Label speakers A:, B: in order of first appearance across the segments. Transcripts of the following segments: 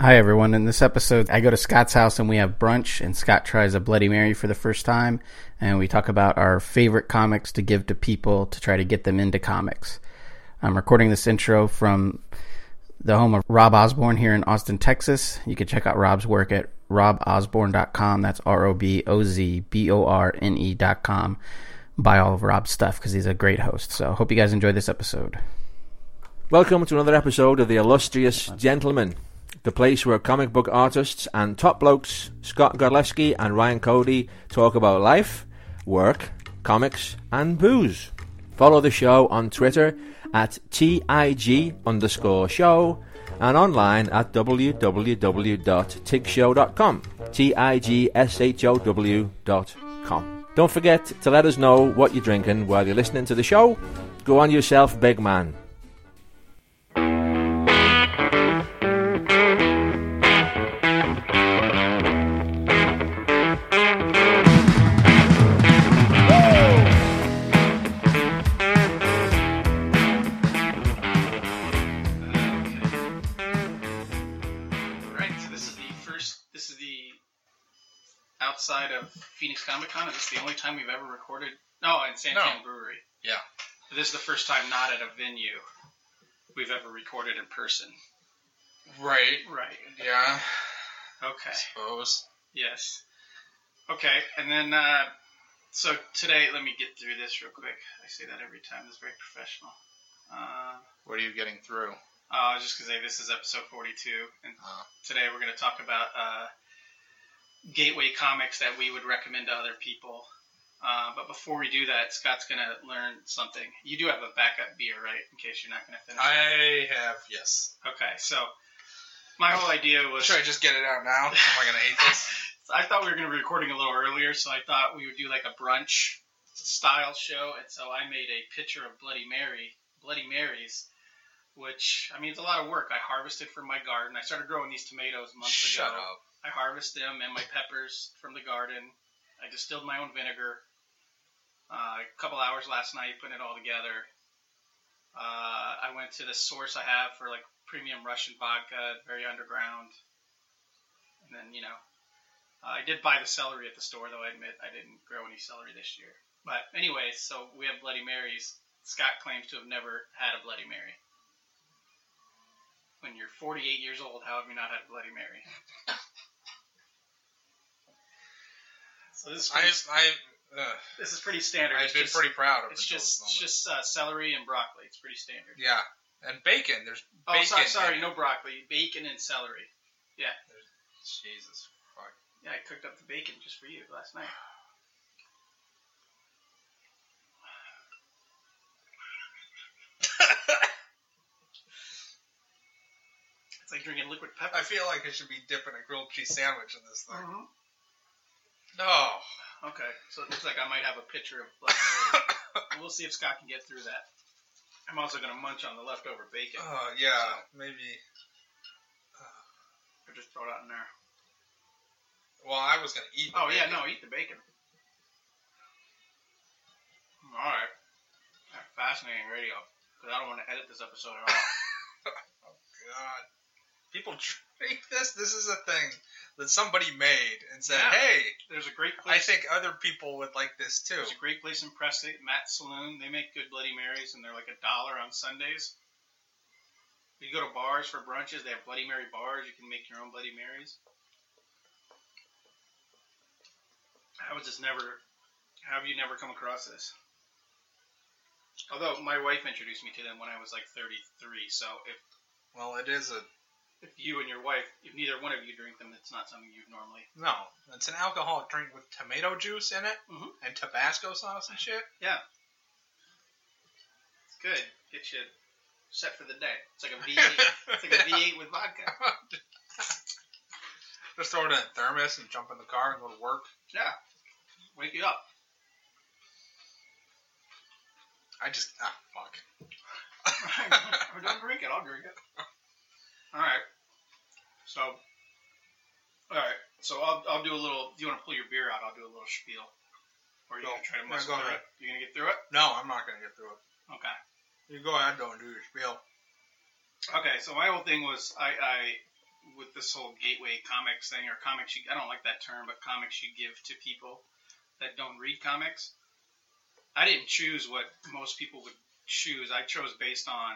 A: Hi, everyone. In this episode, I go to Scott's house and we have brunch, and Scott tries a Bloody Mary for the first time, and we talk about our favorite comics to give to people to try to get them into comics. I'm recording this intro from the home of Rob Osborne here in Austin, Texas. You can check out Rob's work at robosborne.com. That's R O B O Z B O R N E.com. Buy all of Rob's stuff because he's a great host. So, hope you guys enjoy this episode.
B: Welcome to another episode of The Illustrious Gentleman, the place where comic book artists and top blokes Scott Godlewski and Ryan Cody talk about life, work, comics, and booze. Follow the show on Twitter at TIG underscore show and online at www.tigshow.com. T I G S H O W dot com. Don't forget to let us know what you're drinking while you're listening to the show. Go on yourself, big man.
C: Right. So this is the first. This is the outside of Phoenix Comic Con. and This is the only time we've ever recorded. No, in San
D: No.
C: Tan Brewery.
D: Yeah.
C: This is the first time not at a venue we've ever recorded in person.
D: Right.
C: Right.
D: Yeah. I
C: Okay.
D: suppose.
C: Yes. Okay. And then, uh, so today, let me get through this real quick. I say that every time. This is very professional. Uh,
D: What are you getting through?
C: Uh, I was just gonna say this is episode 42, and
D: Uh-huh.
C: today we're gonna talk about uh, gateway comics that we would recommend to other people. Uh, but before we do that, Scott's gonna learn something. You do have a backup beer, right? In case you're not gonna finish. it.
D: I have yes.
C: Okay, so my whole idea was
D: Should I just get it out now? Am I gonna hate this?
C: I thought we were gonna be recording a little earlier, so I thought we would do like a brunch style show, and so I made a picture of Bloody Mary, Bloody Marys. Which I mean, it's a lot of work. I harvested from my garden. I started growing these tomatoes months
D: Shut
C: ago.
D: up.
C: I harvest them and my peppers from the garden. I distilled my own vinegar. Uh, a couple hours last night putting it all together. Uh, I went to the source I have for like premium Russian vodka, very underground. And then you know, I did buy the celery at the store though. I admit I didn't grow any celery this year. But anyway, so we have Bloody Marys. Scott claims to have never had a Bloody Mary. When you're 48 years old, how have you not had a Bloody Mary? so this is
D: I
C: pretty,
D: I uh,
C: this is pretty standard.
D: I've
C: It's
D: been
C: just-
D: pretty proud of
C: it's
D: until
C: just it's just
D: this
C: uh, celery and broccoli. It's pretty standard.
D: moment. Yeah. And bacon. There's
C: Oh,
D: bacon.
C: sorry,
D: in
C: sorry,
D: it.
C: no broccoli. Bacon and celery.
D: Jesus. Fuck.
C: Yeah, I cooked up the bacon just for you last night. It's like drinking liquid pepper.
D: I feel like I should be dipping a grilled cheese sandwich in this thing.
C: Mhm.
D: No.
C: Okay, so it looks like I might have a picture of Bloody Mary. And we'll see if Scott can get through that. I'm also gonna munch on the leftover bacon.
D: Oh yeah. Maybe.
C: Or just throw it out in there.
D: Well, I was gonna eat. the
C: Oh yeah,
D: bacon.
C: no, eat the bacon. All right, That's fascinating radio. Because I don't want to edit this episode at all.
D: God. People drink this? This is a thing that somebody made and said,
C: Yeah.
D: hey,
C: There's a great
D: I
C: place.
D: think other people would like this too.
C: There's a great place in Preston, Matt's Saloon. They make good Bloody Marys, and they're like a dollar on Sundays. You go to bars for brunches. They have Bloody Mary bars. You can make your own Bloody Marys. I was just never. How have you never come across this? Although my wife introduced me to them when I was like 33, so if
D: Well, it is a.
C: if you and your wife, if neither one of you drink them, it's not something you'd normally.
D: No, it's an alcoholic drink with tomato juice in it
C: Mhm.
D: and Tabasco sauce and shit.
C: It's good. Get you set for the day. It's like a V8. it's like a V8 with vodka.
D: Just throw it in a thermos and jump in the car and go to work.
C: Yeah. Wake you up.
D: I just. Ah, fuck.
C: I don't drink it. I'll drink it. All right. So. All right. So I'll, I'll do a little. Do you want to pull your beer out? I'll do a little spiel. Or you
D: Go.
C: gonna try to
D: Yeah,
C: muscle
D: go
C: through
D: ahead.
C: it? You gonna get through it?
D: No, I'm not going to get through it.
C: Okay.
D: You go ahead, though, and do your spiel.
C: Okay, so my whole thing was I, I with this whole gateway comics thing or comics you, I don't like that term, but comics you give to people that don't read comics. I didn't choose what most people would choose. I chose based on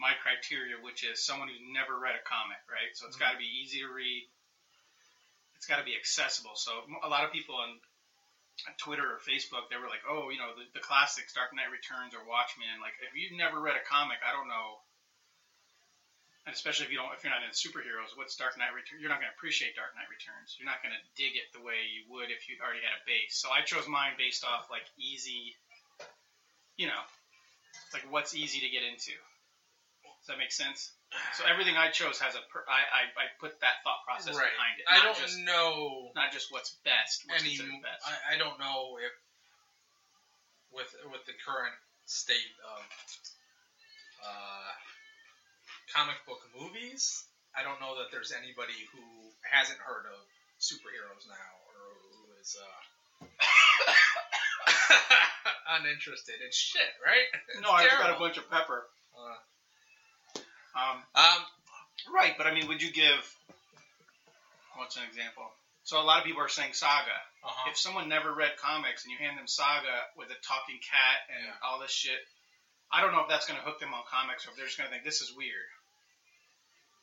C: my criteria, which is someone who's never read a comic, right? So it's got to be easy to read. It's got to be accessible. So a lot of people on Twitter or Facebook, they were like, "Oh, you know, the, the classics, Dark Knight Returns or Watchmen. Like, if you've never read a comic, I don't know." And especially if you don't, if you're not into superheroes, what's Dark Knight Returns? You're not going to appreciate Dark Knight Returns. You're not going to dig it the way you would if you already had a base. So I chose mine based off like easy, you know, it's like what's easy to get into. Does that make sense? So everything I chose has a per, I, I I put that thought process
D: right.
C: behind it.
D: I
C: not
D: don't
C: just,
D: know
C: not just what's best. What's
D: any.
C: considered best.
D: I, I don't know if with with the current state of uh, comic book movies, I don't know that there's anybody who hasn't heard of superheroes now or who is uh, uninterested in shit. Right?
C: no, I just got a
D: terrible.
C: bunch of pepper.
D: Uh,
C: Um,
D: um,
C: right, but I mean, would you give? What's an example? So a lot of people are saying Saga.
D: uh-huh.
C: If someone never read comics and you hand them Saga with a talking cat and
D: Yeah.
C: all this shit, I don't know if that's going to hook them on comics or if they're just going to think this is weird.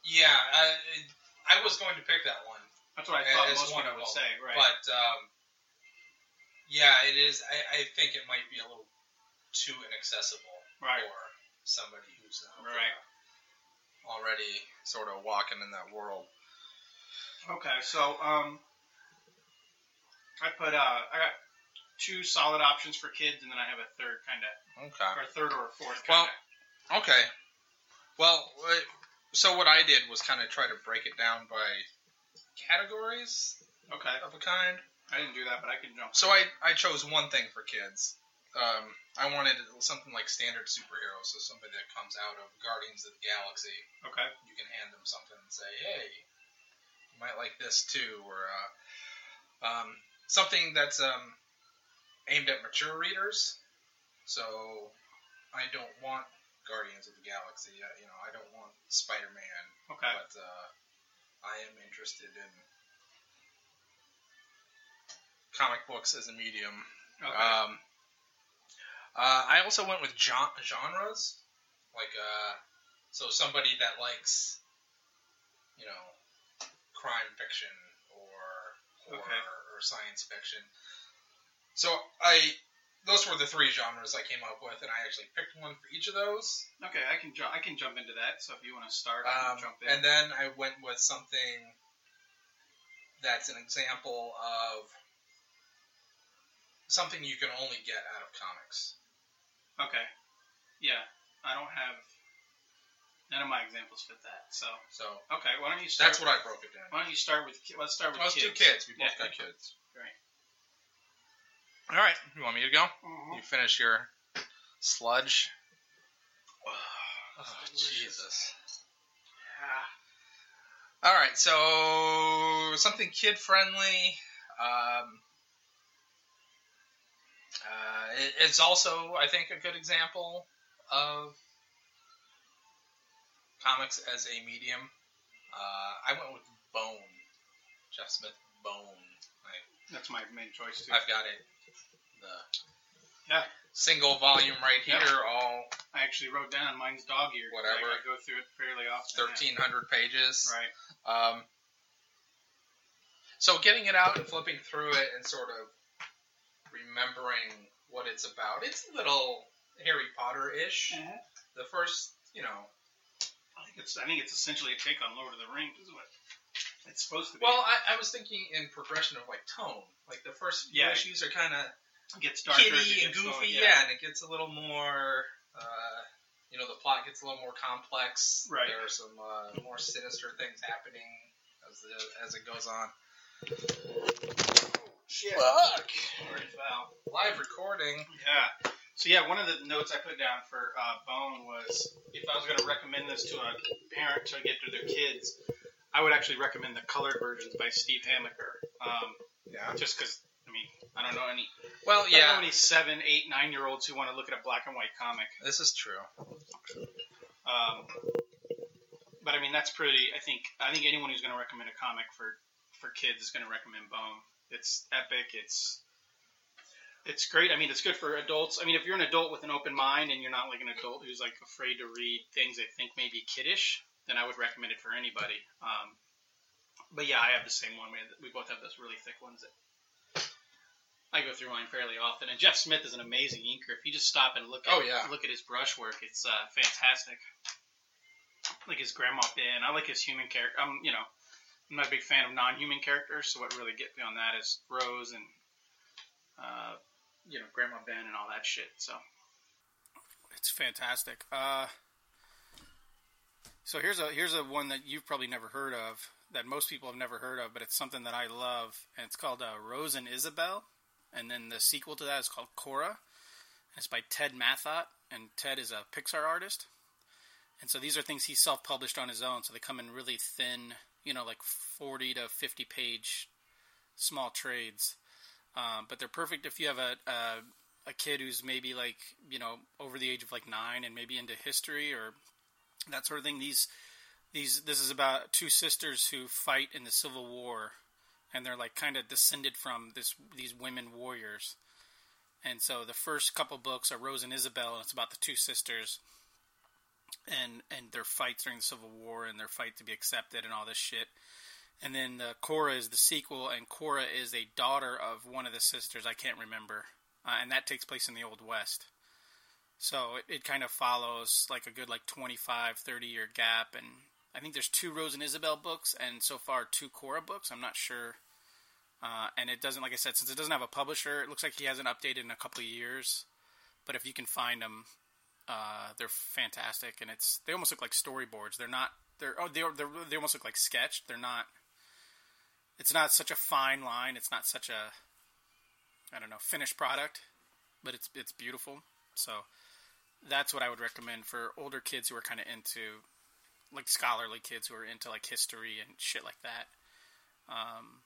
D: Yeah, I, I was going to pick that one.
C: That's what I
D: Yeah,
C: thought
D: it's
C: most
D: one
C: people
D: of
C: would
D: all.
C: say, right?
D: But um, yeah, it is. I, I think it might be a little too inaccessible
C: Right.
D: for somebody who's not uh,
C: Right.
D: already sort of walking in that world.
C: Okay, so um, I put uh, I got two solid options for kids, and then I have a third kind of,
D: Okay.
C: or a third or a fourth kind
D: Well,
C: of.
D: Okay. Well, uh, so what I did was kind of try to break it down by categories
C: okay,
D: of a kind.
C: I didn't do that, but I can jump.
D: So I, I chose one thing for kids. Um, I wanted something like standard superheroes, so somebody that comes out of Guardians of the Galaxy.
C: Okay,
D: you can hand them something and say, "Hey, you might like this too," or uh, um, something that's um, aimed at mature readers. So I don't want Guardians of the Galaxy. uh, You know, I don't want Spider Man,
C: okay,
D: but uh, I am interested in comic books as a medium.
C: okay.
D: Um, uh, I also went with gen- genres, like uh, so somebody that likes, you know, crime fiction or horror
C: Okay.
D: or science fiction. So I, those were the three genres I came up with, and I actually picked one for each of those.
C: Okay, I can jump. I can jump into that. So if you want to start, I
D: Um,
C: can jump in.
D: and then I went with something that's an example of something you can only get out of comics.
C: okay, yeah, I don't have none of my examples fit that. So
D: So
C: okay, why don't you start?
D: that's what I broke it down.
C: why don't you start with? ki- Let's start with
D: Well, it's
C: kids.
D: two kids. We both
C: Yeah.
D: got kids.
C: Right.
D: All right. You want me to go?
C: Mhm.
D: You finish your sludge.
C: Oh,
D: Jesus.
C: Yeah.
D: All right. So something kid friendly. Um, uh, it- it's also, I think, a good example of comics as a medium. Uh, I went with Bone, Jeff Smith Bone. I
C: That's my main choice too.
D: I've got it. The
C: Yeah.
D: single volume right here,
C: Yeah.
D: all
C: I actually wrote down mine's dog eared. 'cause
D: Whatever.
C: I go through it fairly often. yeah.
D: 1,300 pages.
C: Right.
D: Um, so getting it out and flipping through it and sort of remembering what it's about. It's a little Harry Potter ish. The first, you know.
C: I think it's. I think it's essentially a take on Lord of the Rings, is what it's supposed to be.
D: Well, I, I was thinking in progression of like tone. Like the first few
C: Yeah.
D: issues are kind of
C: it gets darker. as it
D: kitty and
C: gets
D: goofy,
C: going,
D: yeah. and it gets a little more. Uh, you know, the plot gets a little more complex.
C: Right.
D: There are some uh, more sinister things happening as the, as it goes on.
C: Shit.
D: Fuck!
C: Orange Val.
D: Live recording.
C: Yeah. So yeah, one of the notes I put down for uh, Bone was if I was going to recommend this to a parent to get to their kids, I would actually recommend the colored versions by Steve Hamaker. Um,
D: Yeah.
C: just because, I mean, I don't know any,
D: Well,
C: I don't know
D: yeah,
C: any seven, eight, nine year olds who want to look at a black and white comic.
D: this is true.
C: Um, but I mean that's pretty. I think I think anyone who's going to recommend a comic for for kids is going to recommend Bone. It's epic. It's it's great. I mean, it's good for adults. I mean, if you're an adult with an open mind and you're not like an adult who's like afraid to read things I think may be kiddish, then I would recommend it for anybody. Um, but yeah, I have the same one. We, we both have those really thick ones that I go through mine fairly often. And Jeff Smith is an amazing inker. If you just stop and look, at,
D: Oh, yeah.
C: look at his brushwork, it's uh, fantastic. Like his grandma Ben. I like his human character. I'm you know, I'm not a big fan of non-human characters. So what really gets me on that is Rose and. Uh, you know, Grandma Ben and all that shit. So it's fantastic. Uh, so here's a here's a one that you've probably never heard of, that most people have never heard of, but it's something that I love, and it's called uh, Rose and Isabel, and then the sequel to that is called Cora. And it's by Ted Mathot, and Ted is a Pixar artist, and so these are things he self-published on his own. So they come in really thin, you know, like forty to fifty page small trades. Um, but they're perfect if you have a, a a kid who's maybe like you know over the age of like nine and maybe into history or that sort of thing. These these this is about two sisters who fight in the Civil War, and they're like kind of descended from this these women warriors. And so the first couple books are Rose and Isabel, and it's about the two sisters and and their fights during the Civil War and their fight to be accepted and all this shit. And then the Cora is the sequel, and Cora is a daughter of one of the sisters. I can't remember, uh, and that takes place in the Old West. So it, it kind of follows like a good like 25, 30 year gap, and I think there's two Rose and Isabel books, and so far two Cora books. I'm not sure, uh, and it doesn't like I said since it doesn't have a publisher, it looks like he hasn't updated in a couple of years. But if you can find them, uh, they're fantastic, and it's they almost look like storyboards. They're not. They're oh they are- they're, they almost look like sketched. They're not it's not such a fine line. It's not such a I don't know finished product, but it's it's beautiful. So that's what I would recommend for older kids who are kind of into like scholarly kids who are into like history and shit like that. Um,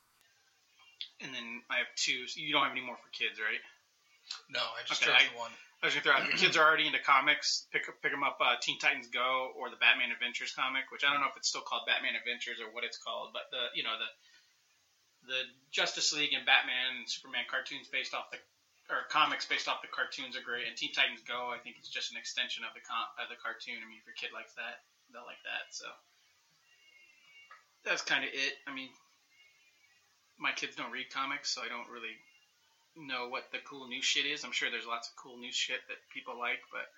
C: and then I have two. You don't have any more for kids, right?
D: No, I just
C: Okay,
D: chose
C: I-
D: the one.
C: I was gonna throw out if your kids are already into comics, pick pick them up uh, Teen Titans Go or the Batman Adventures comic, which I don't know if it's still called Batman Adventures or what it's called, but the you know the the Justice League and Batman and Superman cartoons based off the or comics based off the cartoons are great, and Teen Titans Go I think is just an extension of the com- of the cartoon. I mean, if your kid likes that, they'll like that. So that's kind of it. I mean, my kids don't read comics, so I don't really know what the cool new shit is. I'm sure there's lots of cool new shit that people like, but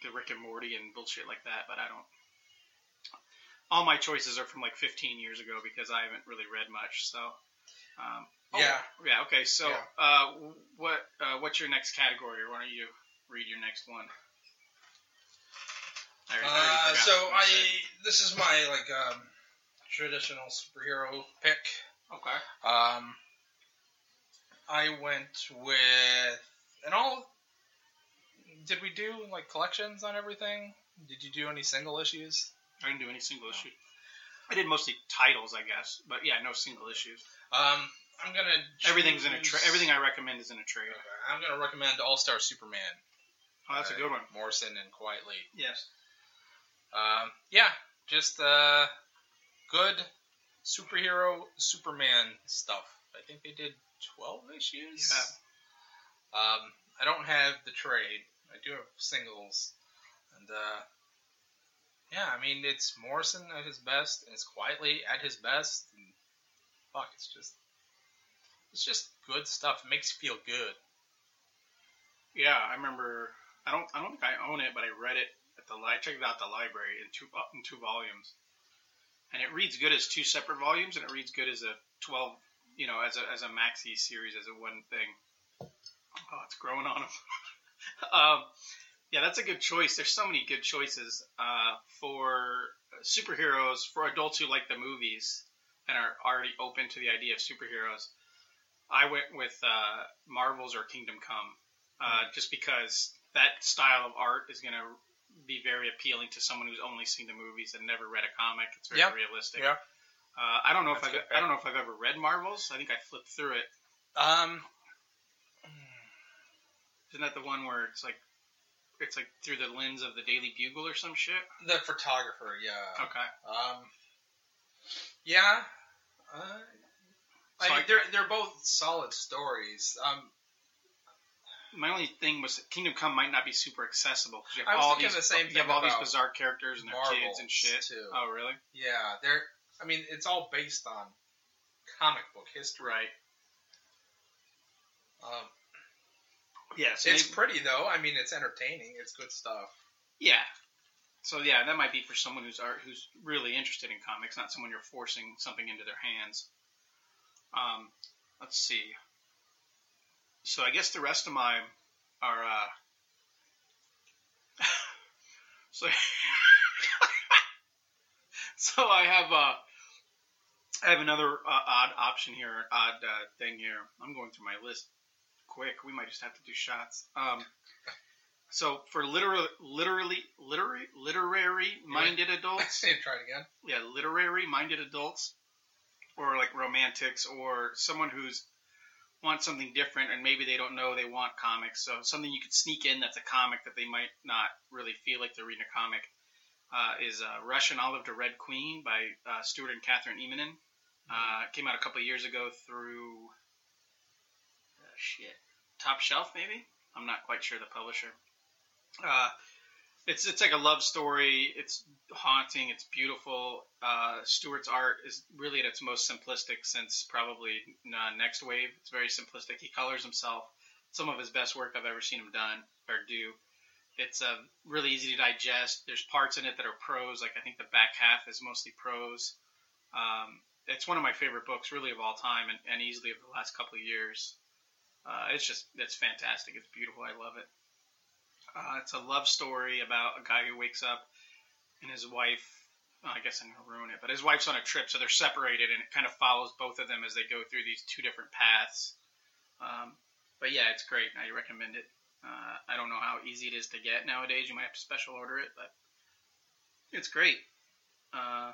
C: the Rick and Morty and bullshit like that. But I don't. All my choices are from like 15 years ago because I haven't really read much. So. Um, oh,
D: Yeah.
C: Yeah. Okay. So,
D: Yeah.
C: uh, what uh, what's your next category? Why don't you read your next one? I already- I already
D: Uh,
C: forgot
D: so
C: what
D: I
C: said.
D: this is my like um, traditional superhero pick.
C: Okay.
D: Um, I went with and all. Did we do like collections on everything? Did you do any single issues?
C: I didn't do any single issue. I did mostly titles, I guess, but yeah, no single issues.
D: Um, I'm gonna
C: Everything's in a tra-
D: choose-
C: everything I recommend is in a trade.
D: Okay, I'm gonna recommend All Star Superman. uh,
C: Oh, that's a good one.
D: Morrison and Quietly.
C: Yes.
D: Um, yeah, just uh, good superhero Superman stuff. I think they did 12 issues.
C: Yeah.
D: Um, I don't have the trade. I do have singles. And uh, yeah, I mean it's Morrison at his best, and it's quietly at his best. And fuck, it's just it's just good stuff. It makes you feel good.
C: Yeah, I remember. I don't. I don't think I own it, but I read it at the. li- I checked it out at the library in two vo- in two volumes, and it reads good as two separate volumes, and it reads good as a twelve. You know, as a as a maxi series, as a one thing. Oh, it's growing on them. um, yeah, that's a good choice. There's so many good choices uh, for superheroes for adults who like the movies and are already open to the idea of superheroes. I went with uh, Marvels or Kingdom Come uh, just because that style of art is going to be very appealing to someone who's only seen the movies and never read a comic. It's very
D: Yeah.
C: realistic.
D: Yeah.
C: Uh, I don't know
D: That's a
C: if
D: good
C: I've, I don't know if I've ever read Marvels. I think I flipped through it.
D: Um,
C: Isn't that the one where it's like It's like through the lens of the Daily Bugle or some shit.
D: The photographer, yeah.
C: Okay.
D: Um, yeah. Uh,
C: So I-
D: like they're they're both solid stories. Um,
C: My only thing was that Kingdom Come might not be super accessible because you
D: I
C: have
D: was
C: all
D: thinking
C: these
D: the same
C: you have
D: thing
C: all these
D: about
C: bizarre characters and their kids and
D: Marvels,
C: shit.
D: too.
C: Oh really?
D: yeah, they're. I mean, it's all based on comic book history.
C: Right.
D: Um,
C: Yeah. So
D: it's
C: maybe-
D: pretty though. I mean, it's entertaining. It's good stuff.
C: yeah. So yeah, that might be for someone who's art who's really interested in comics, not someone you're forcing something into their hands. Um, let's see. So I guess the rest of mine are. Uh, so, so I have uh, I have another uh, odd option here, odd uh, thing here. I'm going through my list quick. We might just have to do shots. Um, so for literally, literally, literary, literary minded adults,
D: Try it again.
C: yeah, literary minded adults or like romantics or someone who's wants something different and maybe they don't know they want comics. So something you could sneak in that's a comic that they might not really feel like they're reading a comic uh, is uh, Russian Olive to Red Queen by uh, Stuart and Catherine Emanen. Uh, it came out a couple years ago through uh, shit Top Shelf maybe. I'm not quite sure the publisher. Uh, it's it's like a love story. It's haunting. It's beautiful. Uh, Stewart's art is really at its most simplistic since probably uh, Next Wave. It's very simplistic. He colors himself. Some of his best work I've ever seen him done or do. It's uh, really easy to digest. There's parts in it that are prose. Like I think the back half is mostly prose. Um, it's one of my favorite books, really of all time, and, and easily of the last couple of years. Uh, it's just it's fantastic. It's beautiful. I love it. Uh, it's a love story about a guy who wakes up and his wife. well, I guess I'm gonna ruin it, but his wife's on a trip, so they're separated, and it kind of follows both of them as they go through these two different paths. Um, but yeah, it's great. I recommend it. Uh, I don't know how easy it is to get nowadays. You might have to special order it, but it's great. Uh,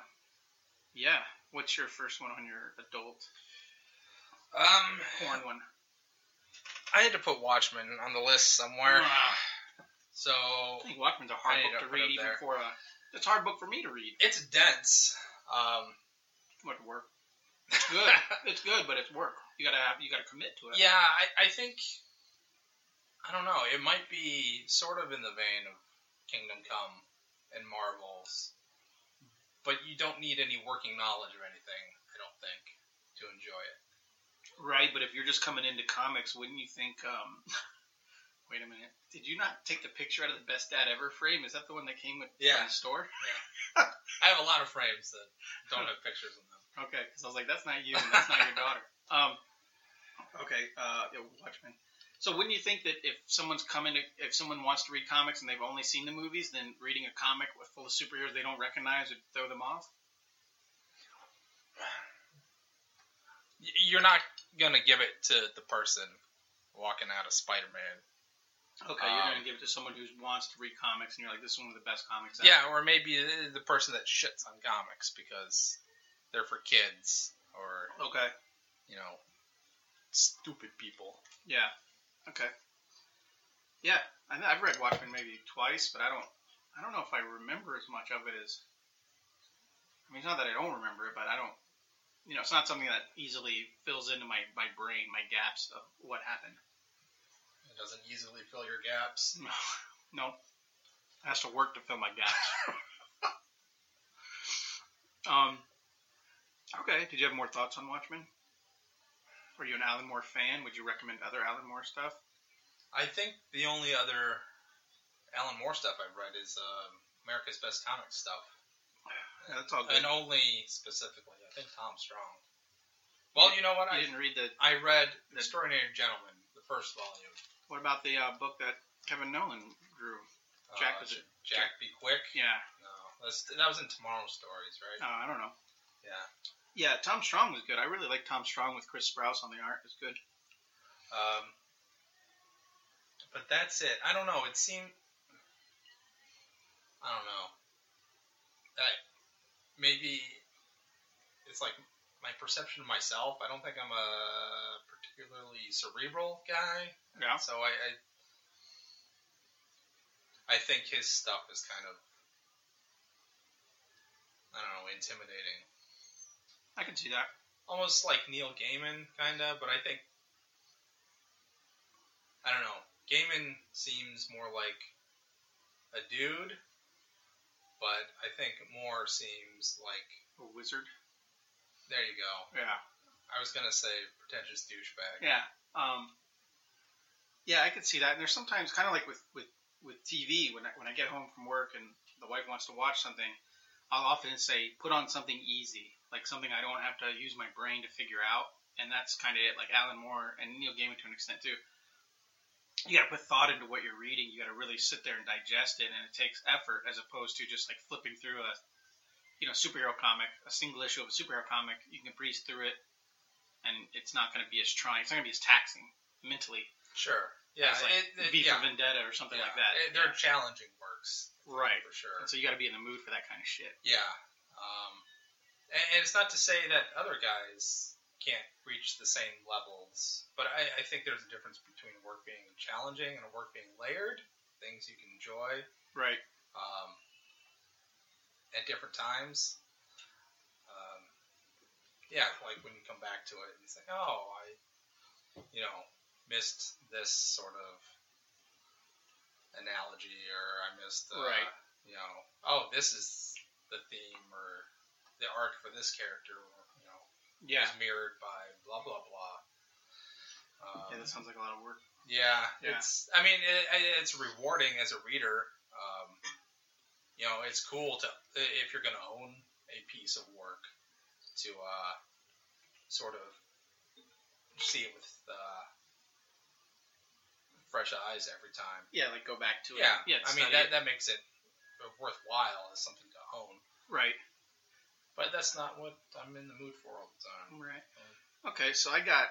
C: yeah. What's your first one on your adult
D: Um,
C: porn one?
D: I had to put Watchmen on the list somewhere.
C: Ah.
D: So
C: I think Watchmen's a hard
D: I need
C: book
D: to
C: to
D: put
C: read,
D: it
C: even
D: there.
C: for a. It's a hard book for me to read.
D: it's dense. Um,
C: What work? It's good. it's good, but it's work. You gotta have. You gotta commit to it.
D: yeah, I, I think I don't know. It might be sort of in the vein of Kingdom Come and Marvels, but you don't need any working knowledge or anything. I don't think to enjoy it.
C: Right, but if you're just coming into comics, wouldn't you think? um Wait a minute. Did you not take the picture out of the best dad ever frame? Is that the one that came with
D: Yeah.
C: from the store?
D: I have a lot of frames that don't have pictures in them.
C: Okay, because I was like, that's not you, and that's not your daughter. Um, okay, uh, yeah, Watchmen. So wouldn't you think that if someone's coming, to, if someone wants to read comics and they've only seen the movies, then reading a comic with full of superheroes they don't recognize would throw them off?
D: Y- You're not gonna give it to the person walking out of Spider-Man.
C: Okay, you're
D: Um,
C: going to give it to someone who wants to read comics, and you're like, this is one of the best comics. out
D: Yeah, or maybe uh, the- the person that shits on comics because they're for kids or
C: there." Okay.
D: you know stupid people.
C: Yeah. Okay. Yeah, I know, I've read Watchmen maybe twice, but I don't. I don't know if I remember as much of it as. I mean, it's not that I don't remember it, but I don't. You know, it's not something that easily fills into my, my brain, my gaps of what happened.
D: It doesn't easily fill your gaps.
C: No, no. It has to work to fill my gaps. um. Okay. Did you have more thoughts on Watchmen? Are you an Alan Moore fan? Would you recommend other Alan Moore stuff?
D: I think the only other Alan Moore stuff I've read is um America's Best Comics stuff,
C: Yeah, that's all good.
D: and only specifically I think Tom Strong. Well, you know what?
C: You
D: I
C: didn't read the.
D: I read Extraordinary Gentleman, the first volume.
C: What about the uh, book that Kevin Nolan drew? Jack was it-
D: Uh, Jack Be Quick.
C: Yeah.
D: No, that's, that was in Tomorrow Stories,
C: Uh,
D: right?
C: I don't know.
D: Yeah.
C: Yeah, Tom Strong was good. I really like Tom Strong with Chris Sprouse on the art. It's good.
D: Um, but that's it. I don't know. It seemed. I don't know. That maybe it's like my perception of myself. I don't think I'm a particularly cerebral guy,
C: Yeah.
D: so I. I I think his stuff is kind of, I don't know, intimidating.
C: I can see that.
D: Almost like Neil Gaiman, kind of, but I think, I don't know. Gaiman seems more like a dude, but I think Moore seems like,
C: A wizard.
D: there you go.
C: Yeah.
D: I was going to say pretentious douchebag.
C: Yeah. Um, yeah, I could see that. And there's sometimes kind of like with, with, with TV, when I, when I get home from work and the wife wants to watch something, I'll often say, put on something easy, like something I don't have to use my brain to figure out. And that's kind of it. Like Alan Moore and Neil Gaiman to an extent too. You got to put thought into what you're reading. You got to really sit there and digest it, and it takes effort as opposed to just like flipping through a, you know, superhero comic, a single issue of a superhero comic. You can breeze through it, and it's not going to be as trying. It's not going to be as taxing mentally
D: Sure. Yeah.
C: as like
D: it, it,
C: V
D: yeah.
C: for Vendetta or something
D: yeah.
C: like that.
D: It- they're challenging works,
C: Yeah. right.
D: for sure.
C: And so you got to be in the mood for that kind of shit.
D: Yeah. Um, and, and it's not to say that other guys can't reach the same levels, but I, I think there's a difference between a work being challenging and a work being layered, things you can enjoy
C: Right.
D: um, at different times. Um, yeah, like when you come back to it, it's like, oh, I, you know, missed this sort of analogy, or I missed, uh,
C: Right.
D: you know, oh, this is the theme or the arc for this character, or, you know,
C: Yeah.
D: is mirrored by blah blah blah. Um,
C: Yeah, that sounds like a lot of work.
D: yeah,
C: Yeah.
D: it's. I mean, it, it- it's rewarding as a reader. Um, you know, it's cool to if you're going to own a piece of work to uh, sort of see it with uh, fresh eyes every time.
C: Yeah, like go back to it.
D: Yeah,
C: Yeah. e
D: I mean
C: study
D: that,
C: it.
D: that makes it worthwhile as something to own.
C: right.
D: But that's not what I'm in the mood for all the time.
C: Right. Okay, so I got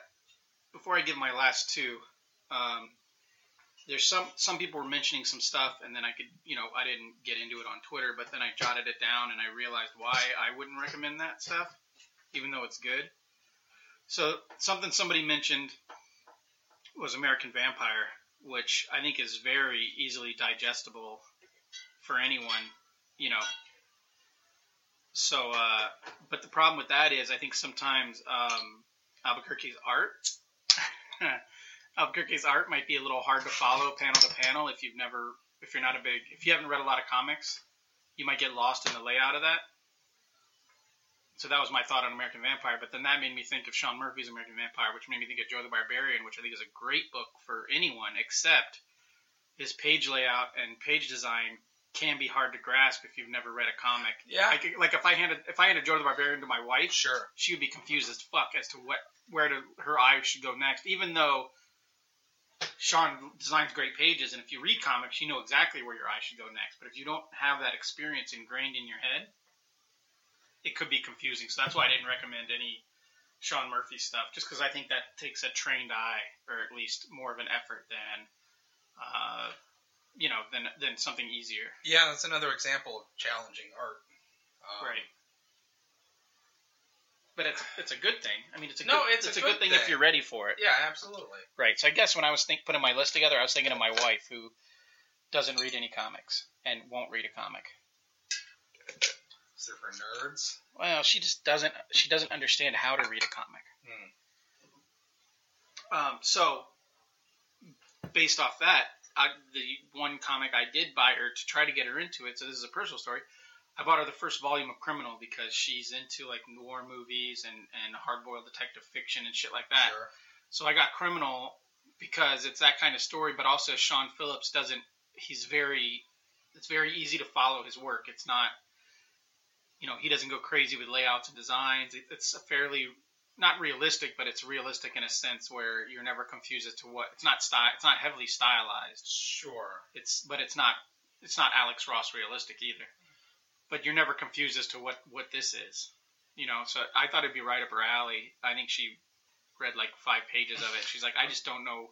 C: before I give my last two. Um, there's some some people were mentioning some stuff, and then I could you know I didn't get into it on Twitter, but then I jotted it down and I realized why I wouldn't recommend that stuff, even though it's good. So something somebody mentioned was American Vampire, which I think is very easily digestible for anyone, you know. So. Uh, but the problem with that is I think sometimes um, Albuquerque's art Albuquerque's art might be a little hard to follow panel to panel if you've never if you're not a big if you haven't read a lot of comics you might get lost in the layout of that so that was my thought on American Vampire but then that made me think of Sean Murphy's American Vampire which made me think of Joe the Barbarian which I think is a great book for anyone except his page layout and page design can be hard to grasp if you've never read a comic
D: Yeah,
C: I could, like if I handed if I handed Joe the Barbarian to my wife,
D: sure.
C: she would be confused as fuck as to what where to, her eye should go next. Even though Sean designs great pages, and if you read comics, you know exactly where your eye should go next. But if you don't have that experience ingrained in your head, it could be confusing. So that's why I didn't recommend any Sean Murphy stuff, just because I think that takes a trained eye, or at least more of an effort than, uh, you know, than than something easier.
D: Yeah, that's another example of challenging art. Um,
C: Right. But it's it's a good thing. I mean, it's a
D: No,
C: good,
D: it's a
C: a
D: good
C: good thing, if
D: thing.
C: you're ready for it.
D: Yeah, absolutely.
C: Right. So I guess when I was think, putting my list together, I was thinking of my wife who doesn't read any comics and won't read a comic.
D: Is there for nerds?
C: Well, she just doesn't she doesn't understand how to read a comic. Um, so based off that, I, the one comic I did buy her to try to get her into it. So this is a personal story. I bought her the first volume of Criminal because she's into like noir movies and and hardboiled detective fiction and shit like that.
D: Sure.
C: So I got Criminal because it's that kind of story, but also Sean Phillips doesn't. He's very. It's very easy to follow his work. It's not. You know, he doesn't go crazy with layouts and designs. It, it's a fairly not realistic, but it's realistic in a sense where you're never confused as to what. It's not style. It's not heavily stylized.
D: Sure.
C: It's but it's not. It's not Alex Ross realistic either. But you're never confused as to what what this is. You know, so I thought it'd be right up her alley. I think she read like five pages of it. She's like, I just don't know.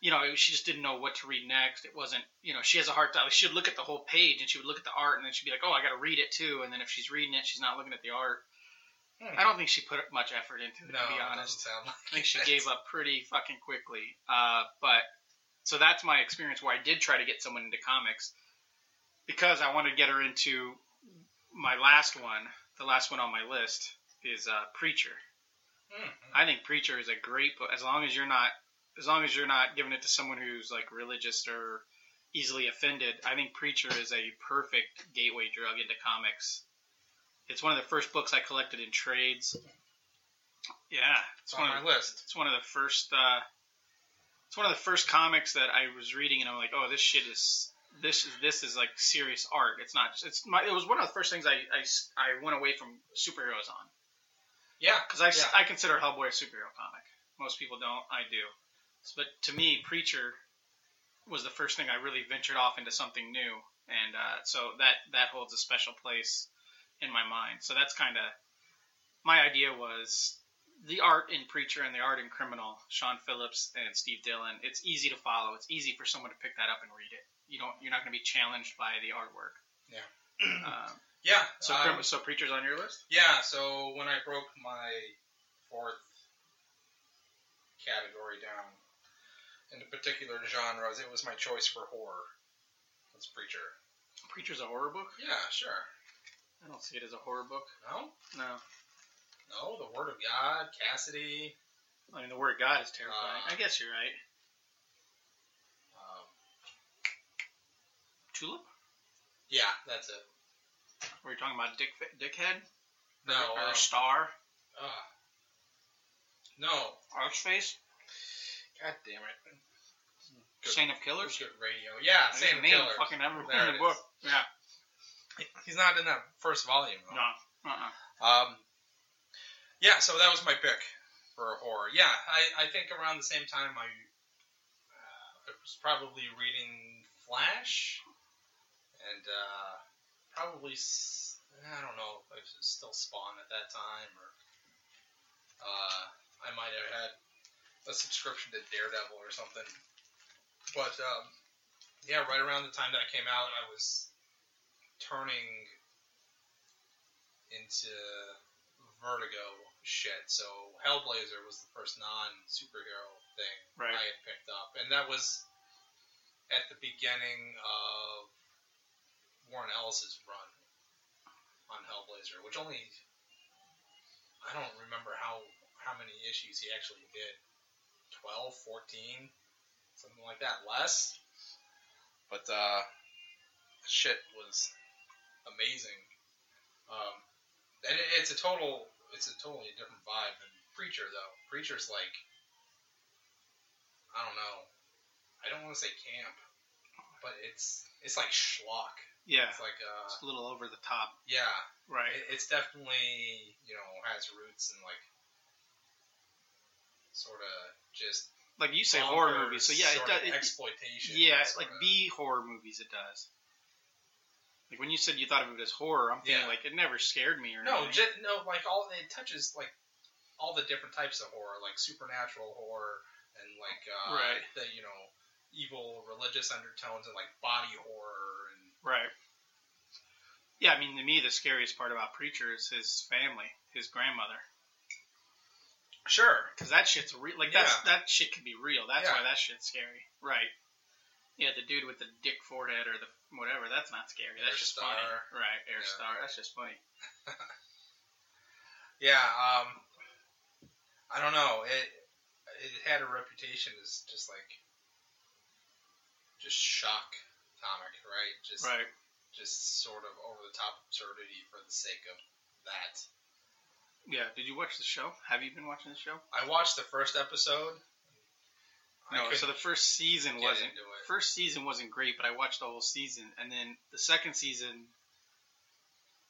C: You know, she just didn't know what to read next. It wasn't, you know, she has a hard time. She'd look at the whole page and she would look at the art and then she'd be like, oh, I got to read it too. And then if she's reading it, she's not looking at the art.
D: Hmm.
C: I don't think she put much effort into it,
D: No,
C: to be
D: it
C: honest.
D: doesn't sound like
C: I think she
D: it.
C: gave up pretty fucking quickly. Uh, but so that's my experience where I did try to get someone into comics because I wanted to get her into my last one. The last one on my list is uh, Preacher.
D: Mm-hmm.
C: I think Preacher is a great book as long as you're not as long as you're not giving it to someone who's like religious or easily offended. I think Preacher is a perfect gateway drug into comics. It's one of the first books I collected in trades. Yeah,
D: It's on
C: one of
D: my list.
C: it's one of the first uh, it's one of the first comics that I was reading and I'm like, oh, this shit is this is this is like serious art. It's not it's my it was one of the first things I I, s- I went away from superheroes on
D: Yeah,
C: because I, s-
D: Yeah.
C: I consider Hellboy a superhero comic. Most people don't. I do. But to me, Preacher was the first thing I really ventured off into something new, and uh, so that that holds a special place in my mind. So that's kind of my idea was the art in Preacher and the art in Criminal, Sean Phillips and Steve Dillon. It's easy to follow. It's easy for someone to pick that up and read it. You don't. You're not going to be challenged by the artwork.
D: Yeah.
C: Um,
D: yeah.
C: so,
D: um,
C: Crim- so Preacher's on your list.
D: Yeah, so when I broke my fourth category down into particular genres, it was my choice for horror. That's Preacher.
C: Preacher's a horror book.
D: Yeah, sure.
C: I don't see it as a horror book.
D: No?
C: No.
D: No, The Word of God, Cassidy,
C: I mean, the word God is terrifying.
D: Uh,
C: I guess you're right.
D: um,
C: Tulip?
D: yeah, that's it.
C: Were you talking about dick, Dickhead?
D: No,
C: Or
D: um,
C: Star?
D: ah. no,
C: Archface?
D: god damn it. Good.
C: Saint of
D: That's
C: Killers?
D: good radio. Yeah,
C: His
D: same
C: name
D: killer.
C: fucking everywhere
D: There
C: in
D: it
C: the book. Yeah.
D: He's not in that first volume. Though.
C: No. Uh-uh.
D: Um, yeah, so that was my pick for horror. Yeah, I, I think around the same time I, uh, I was probably reading Flash, and uh, probably s- I don't know if it was still Spawn at that time, or uh, I might have had a subscription to Daredevil or something. But um, yeah, right around the time that it came out, I was turning into Vertigo shit. So Hellblazer was the first non-superhero thing
C: Right.
D: I had picked up, and that was at the beginning of Warren Ellis's run on Hellblazer, which only I don't remember how how many issues he actually did 12, 14, something like that, less. But uh, shit was amazing. Um, and it, it's a total, it's a totally different vibe than Preacher though. Preacher's like, I don't know, I don't want to say camp, but it's it's like schlock.
C: Yeah.
D: It's like uh,
C: It's a little over the top.
D: yeah,
C: Right.
D: it- it's definitely you know has roots in like sort of just
C: Like you say horror
D: bonkers
C: movies, so yeah, it
D: sorta
C: does. It,
D: exploitation.
C: yeah,
D: sorta.
C: like B horror movies it does. Like when you said you thought of it as horror, I'm thinking
D: Yeah.
C: like it never scared me or
D: no,
C: anything.
D: just, no, like all it touches like all the different types of horror, like supernatural horror and like uh,
C: Right.
D: the you know evil religious undertones and like body horror and
C: Right. Yeah, I mean, to me, the scariest part about Preacher is his family, his grandmother.
D: sure,
C: Because that shit's real. Like that's that shit could be real. That's
D: Yeah.
C: why that shit's scary. Right. Yeah, the dude with the dick forehead or the whatever. That's not scary. That's
D: Air
C: just
D: Star.
C: funny. Right, Air
D: Yeah.
C: Star. That's just funny.
D: yeah. Um, I don't know. It it had a reputation as just like just shock comic, right? Just
C: Right.
D: just sort of over the top absurdity for the sake of that.
C: Yeah. Did you watch the show? Have you been watching the show?
D: I watched the first episode. I
C: No.
D: couldn't
C: So the first season
D: get
C: wasn't.
D: into it.
C: First season wasn't great, but I watched the whole season, and then the second season.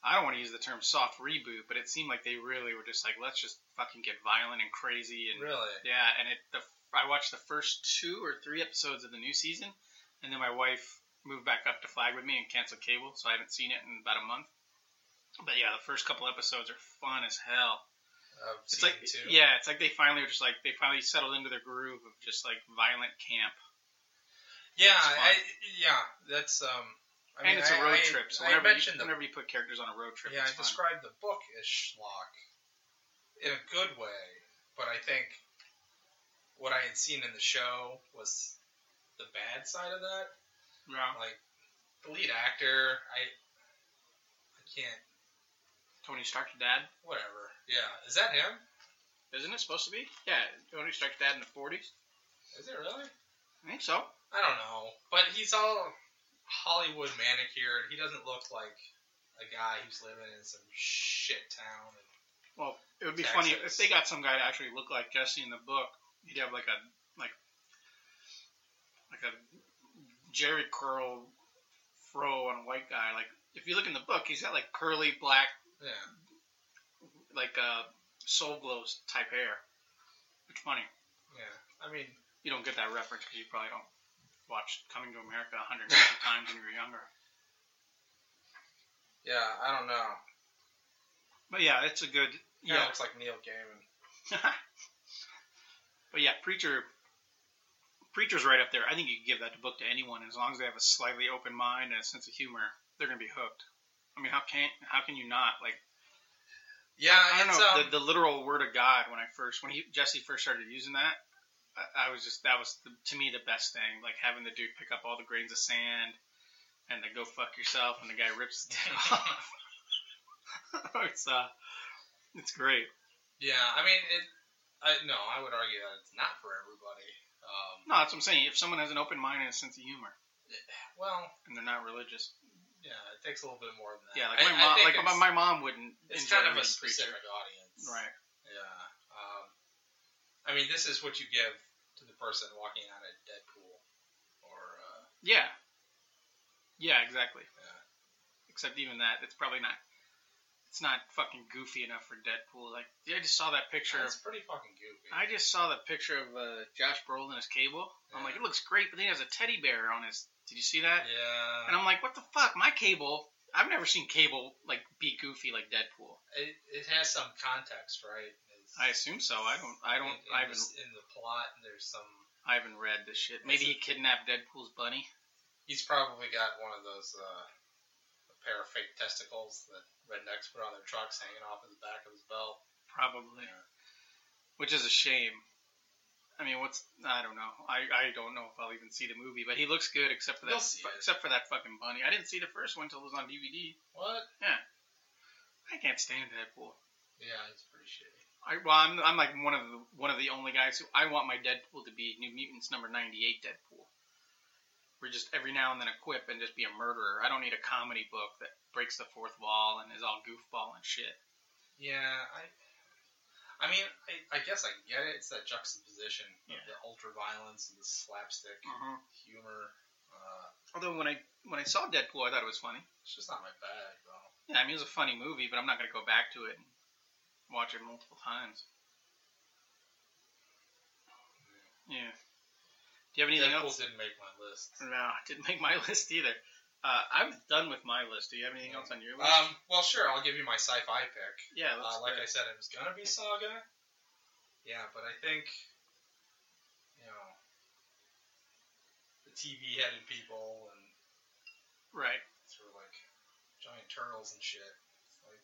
C: I don't want to use the term soft reboot, but it seemed like they really were just like, let's just fucking get violent and crazy and
D: Really?
C: Yeah, and it the I watched the first two or three episodes of the new season, and then my wife moved back up to Flag with me and canceled cable, so I haven't seen it in about a month. But yeah, the first couple episodes are fun as hell.
D: Of
C: It's
D: season
C: like
D: two?
C: yeah, it's like they finally were just like they finally settled into their groove of just like violent camp.
D: Yeah,
C: It's fun.
D: I, yeah. That's um. I
C: and
D: mean,
C: it's a
D: I-
C: road
D: I-
C: trip, so
D: I
C: whenever, you,
D: mentioned the
C: whenever you put characters on a road trip,
D: yeah.
C: it's
D: I
C: fun.
D: described the book as schlock in a good way, but I think what I had seen in the show was the bad side of that.
C: Yeah.
D: Like the lead actor, I I can't.
C: Tony Stark's dad.
D: Whatever. Yeah, is that him?
C: Isn't it supposed to be? Yeah, Tony Stark's dad in the 40s.
D: Is it really?
C: I think so.
D: I don't know, but he's all Hollywood manicured. He doesn't look like a guy who's living in some shit town.
C: Well, it would be
D: Texas.
C: funny if they got some guy to actually look like Jesse in the book. He'd have like a like like a Jerry curl fro on a white guy. Like if you look in the book, he's got like curly black
D: Yeah,
C: like uh, soul glows type hair. It's funny.
D: yeah. I mean,
C: You don't get that reference because you probably don't watch Coming to America 150 times when you were younger.
D: yeah. I don't know.
C: But yeah, it's a good
D: Kind of
C: yeah.
D: looks like Neil Gaiman.
C: but yeah, Preacher. Preacher's right up there. I think you could give that book to anyone as long as they have a slightly open mind and a sense of humor. They're gonna be hooked. I mean, how can how can you not like?
D: Yeah,
C: I don't
D: it's,
C: know
D: um,
C: the, the literal word of God. When I first when he, Jesse first started using that, I, I was just that was the, to me the best thing. Like having the dude pick up all the grains of sand and the go fuck yourself, and the guy rips his dick off. it's uh, it's great.
D: Yeah, I mean, it. I, no, I would argue that it's not for everybody. Um,
C: No, that's what I'm saying. If someone has an open mind and a sense of humor,
D: well,
C: and they're not religious,
D: yeah, it takes a little bit more than that.
C: Yeah, like
D: I-
C: my
D: I
C: mom,
D: think
C: like
D: it's,
C: my, my mom wouldn't.
D: it's
C: enjoy
D: kind of a
C: reading
D: specific audience,
C: Preacher. right?
D: Yeah. Um, I mean, this is what you give to the person walking out of Deadpool, or uh,
C: Yeah, yeah, exactly.
D: Yeah.
C: Except even that, it's probably not. It's not fucking goofy enough for Deadpool. Like I just saw that picture. Of,
D: It's pretty fucking goofy.
C: I just saw that picture of uh, Josh Brolin as Cable. I'm
D: Yeah.
C: like, it looks great, but then he has a teddy bear on his. Did you see that? And
D: yeah.
C: I'm like, what the fuck? My Cable. I've never seen Cable like be goofy like Deadpool.
D: It, it has some context, right? It's-
C: I assume so. I don't. I don't.
D: in, in
C: I haven't.
D: the- in the plot. There's some.
C: I haven't read this shit. Maybe he kidnapped Deadpool's bunny.
D: He's probably got one of those uh, a pair of fake testicles that rednecks put on their trucks, hanging off of the back of his belt.
C: Probably. Which is a shame. I mean, what's I don't know. I, I don't know if I'll even see the movie, but he looks good except for that
D: You'll see
C: fu-
D: it.
C: except for that fucking bunny. I didn't see the first one until it was on DVD.
D: What?
C: I can't stand Deadpool.
D: Yeah, it's pretty shitty.
C: I, well, I'm, I'm like one of the one of the only guys who I want my Deadpool to be New Mutants number 98 Deadpool. Where just every now and then a quip and just be a murderer. I don't need a comedy book that breaks the fourth wall and is all goofball and shit.
D: Yeah, I. I mean, I, I guess I get it. It's that juxtaposition of
C: Yeah.
D: the ultra violence and the slapstick
C: Mm-hmm.
D: humor. Uh,
C: Although when I when I saw Deadpool, I thought it was funny.
D: it's just not my bag, though.
C: Yeah, I mean, it was a funny movie, but I'm not going to go back to it and watch it multiple times. Yeah. Do you have anything
D: Deadpool
C: else?
D: didn't make my list.
C: No, it didn't make my list either. Uh, I'm done with my list. Do you have anything else on your list?
D: Um, well, sure, I'll give you my sci-fi pick.
C: yeah, let's
D: Uh,
C: do
D: like
C: it.
D: I said, it was gonna be Saga. Yeah, but I think, you know, the TV-headed people and
C: right.
D: sort of like giant turtles and shit. It's like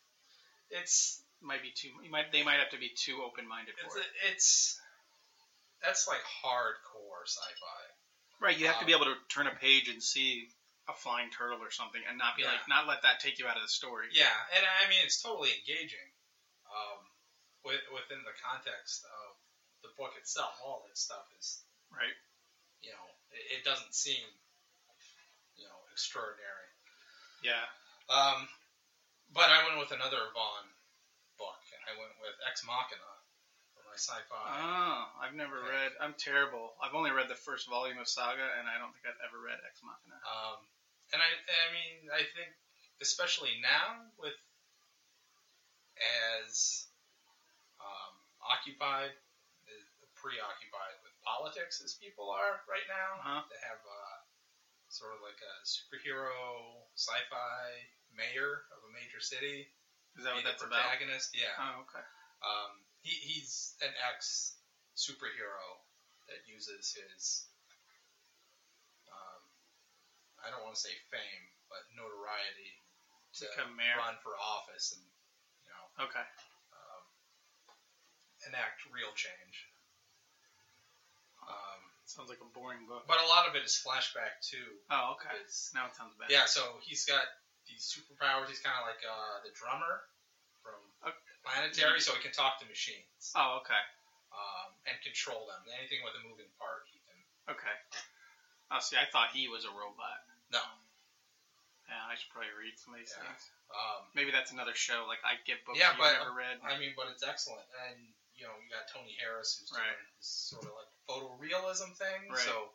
D: it's
C: Might be too. You might. They might have to be too open-minded
D: it's
C: for it.
D: it's that's like hardcore sci-fi.
C: Right. You have to be
D: um,
C: able to turn a page and see a flying turtle or something, and not be
D: Yeah.
C: like, not let that take you out of the story.
D: Yeah, and I mean it's totally engaging, um, with, within the context of the book itself. All that stuff is
C: Right.
D: you know, it, it doesn't seem, you know, extraordinary.
C: Yeah.
D: Um, but I went with another Vaughn book, and I went with Ex Machina for my sci-fi.
C: Oh, I've never
D: Okay.
C: read. I'm terrible. I've only read the first volume of Saga, and I don't think I've ever read Ex Machina.
D: Um, and I, I mean, I think especially now with as um, occupied, uh, preoccupied with politics as people are right now,
C: Uh-huh.
D: they have uh, sort of like a superhero sci-fi mayor of a major city.
C: Is that
D: be
C: what that's
D: the
C: about?
D: protagonist. Yeah.
C: Oh, okay.
D: Um, he, he's an ex superhero that uses his, um, I don't want to say fame, but notoriety to
C: Become mayor.
D: run for office and, you know,
C: Okay.
D: um, enact real change. Um,
C: Sounds like a boring book.
D: But a lot of it is flashback too.
C: Oh, okay.
D: It's-
C: Now it sounds bad.
D: yeah, so he's got these superpowers. He's kind of like uh, the drummer from
C: Okay.
D: Planetary, so he can talk to machines
C: Oh, okay.
D: um, and control them. Anything with a moving part, he can.
C: Okay. Oh, see, I thought he was a robot.
D: No.
C: Yeah, I should probably read some of these
D: Yeah.
C: things.
D: Um,
C: Maybe that's another show. Like I get books
D: Yeah,
C: you've
D: but-
C: never read.
D: I mean, but it's excellent. And you know, you got Tony Harris who's
C: Right.
D: doing this sort of like photorealism thing.
C: Right.
D: So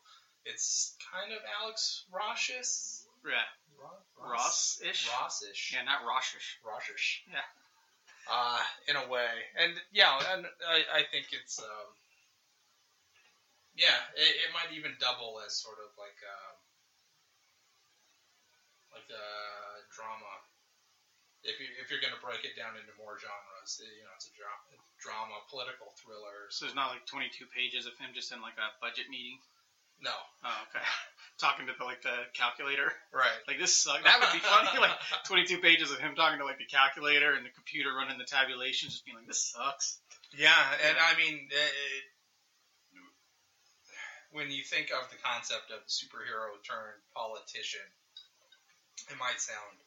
D: it's kind of Alex Rossish.
C: yeah, Ross-ish?
D: Rossish.
C: yeah, not Roshish.
D: Rossish.
C: Yeah.
D: Uh, in a way, and yeah, and I, I think it's um, yeah, it, it might even double as sort of like um, like a drama. If you if you're gonna break it down into more genres, you know, it's a drama, drama, political thrillers.
C: So there's not like 22 pages of him just in like a budget meeting.
D: No,
C: Oh, okay. talking to the, like the calculator.
D: right.
C: Like this sucks. That would be funny. like 22 pages of him talking to like the calculator and the computer running the tabulations, just being like, "This sucks."
D: Yeah, and I mean, it, it, when you think of the concept of the superhero turned politician, it might sound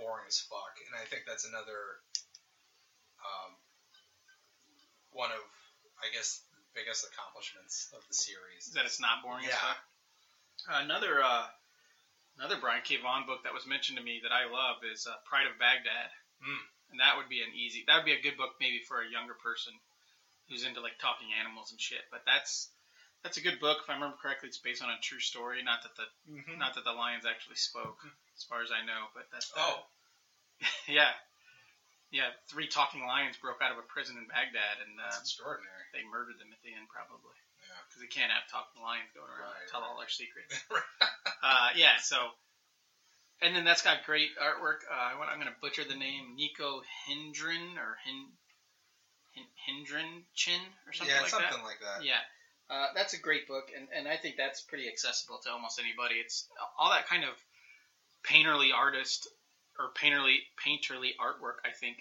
D: boring as fuck, and I think that's another um, one of, I guess, the biggest accomplishments of the series.
C: That it's not boring as
D: Yeah.
C: fuck. Another uh, another Brian K. Vaughan book that was mentioned to me that I love is uh, Pride of Baghdad,
D: Mm.
C: and that would be an easy. That would be a good book maybe for a younger person who's into like talking animals and shit. But that's that's a good book if I remember correctly. It's based on a true story. Not that the
D: Hmm.
C: not that the lions actually spoke, as far as I know. But that's the-
D: Oh,
C: yeah. Yeah, three talking lions broke out of a prison in Baghdad, and
D: that's
C: uh,
D: extraordinary.
C: they murdered them at the end, probably,
D: Yeah.
C: because they can't have talking lions going around
D: Right,
C: and tell
D: right.
C: all our secrets. uh, yeah, so, and then that's got great artwork. Uh, I want, I'm going to butcher the name, Nico Hendren or Hin, Hin, Hendren Chin or something
D: yeah,
C: like
D: something
C: that.
D: like that.
C: Yeah, uh, that's a great book, and, and I think that's pretty accessible to almost anybody. It's all that kind of painterly artist or painterly painterly artwork. I think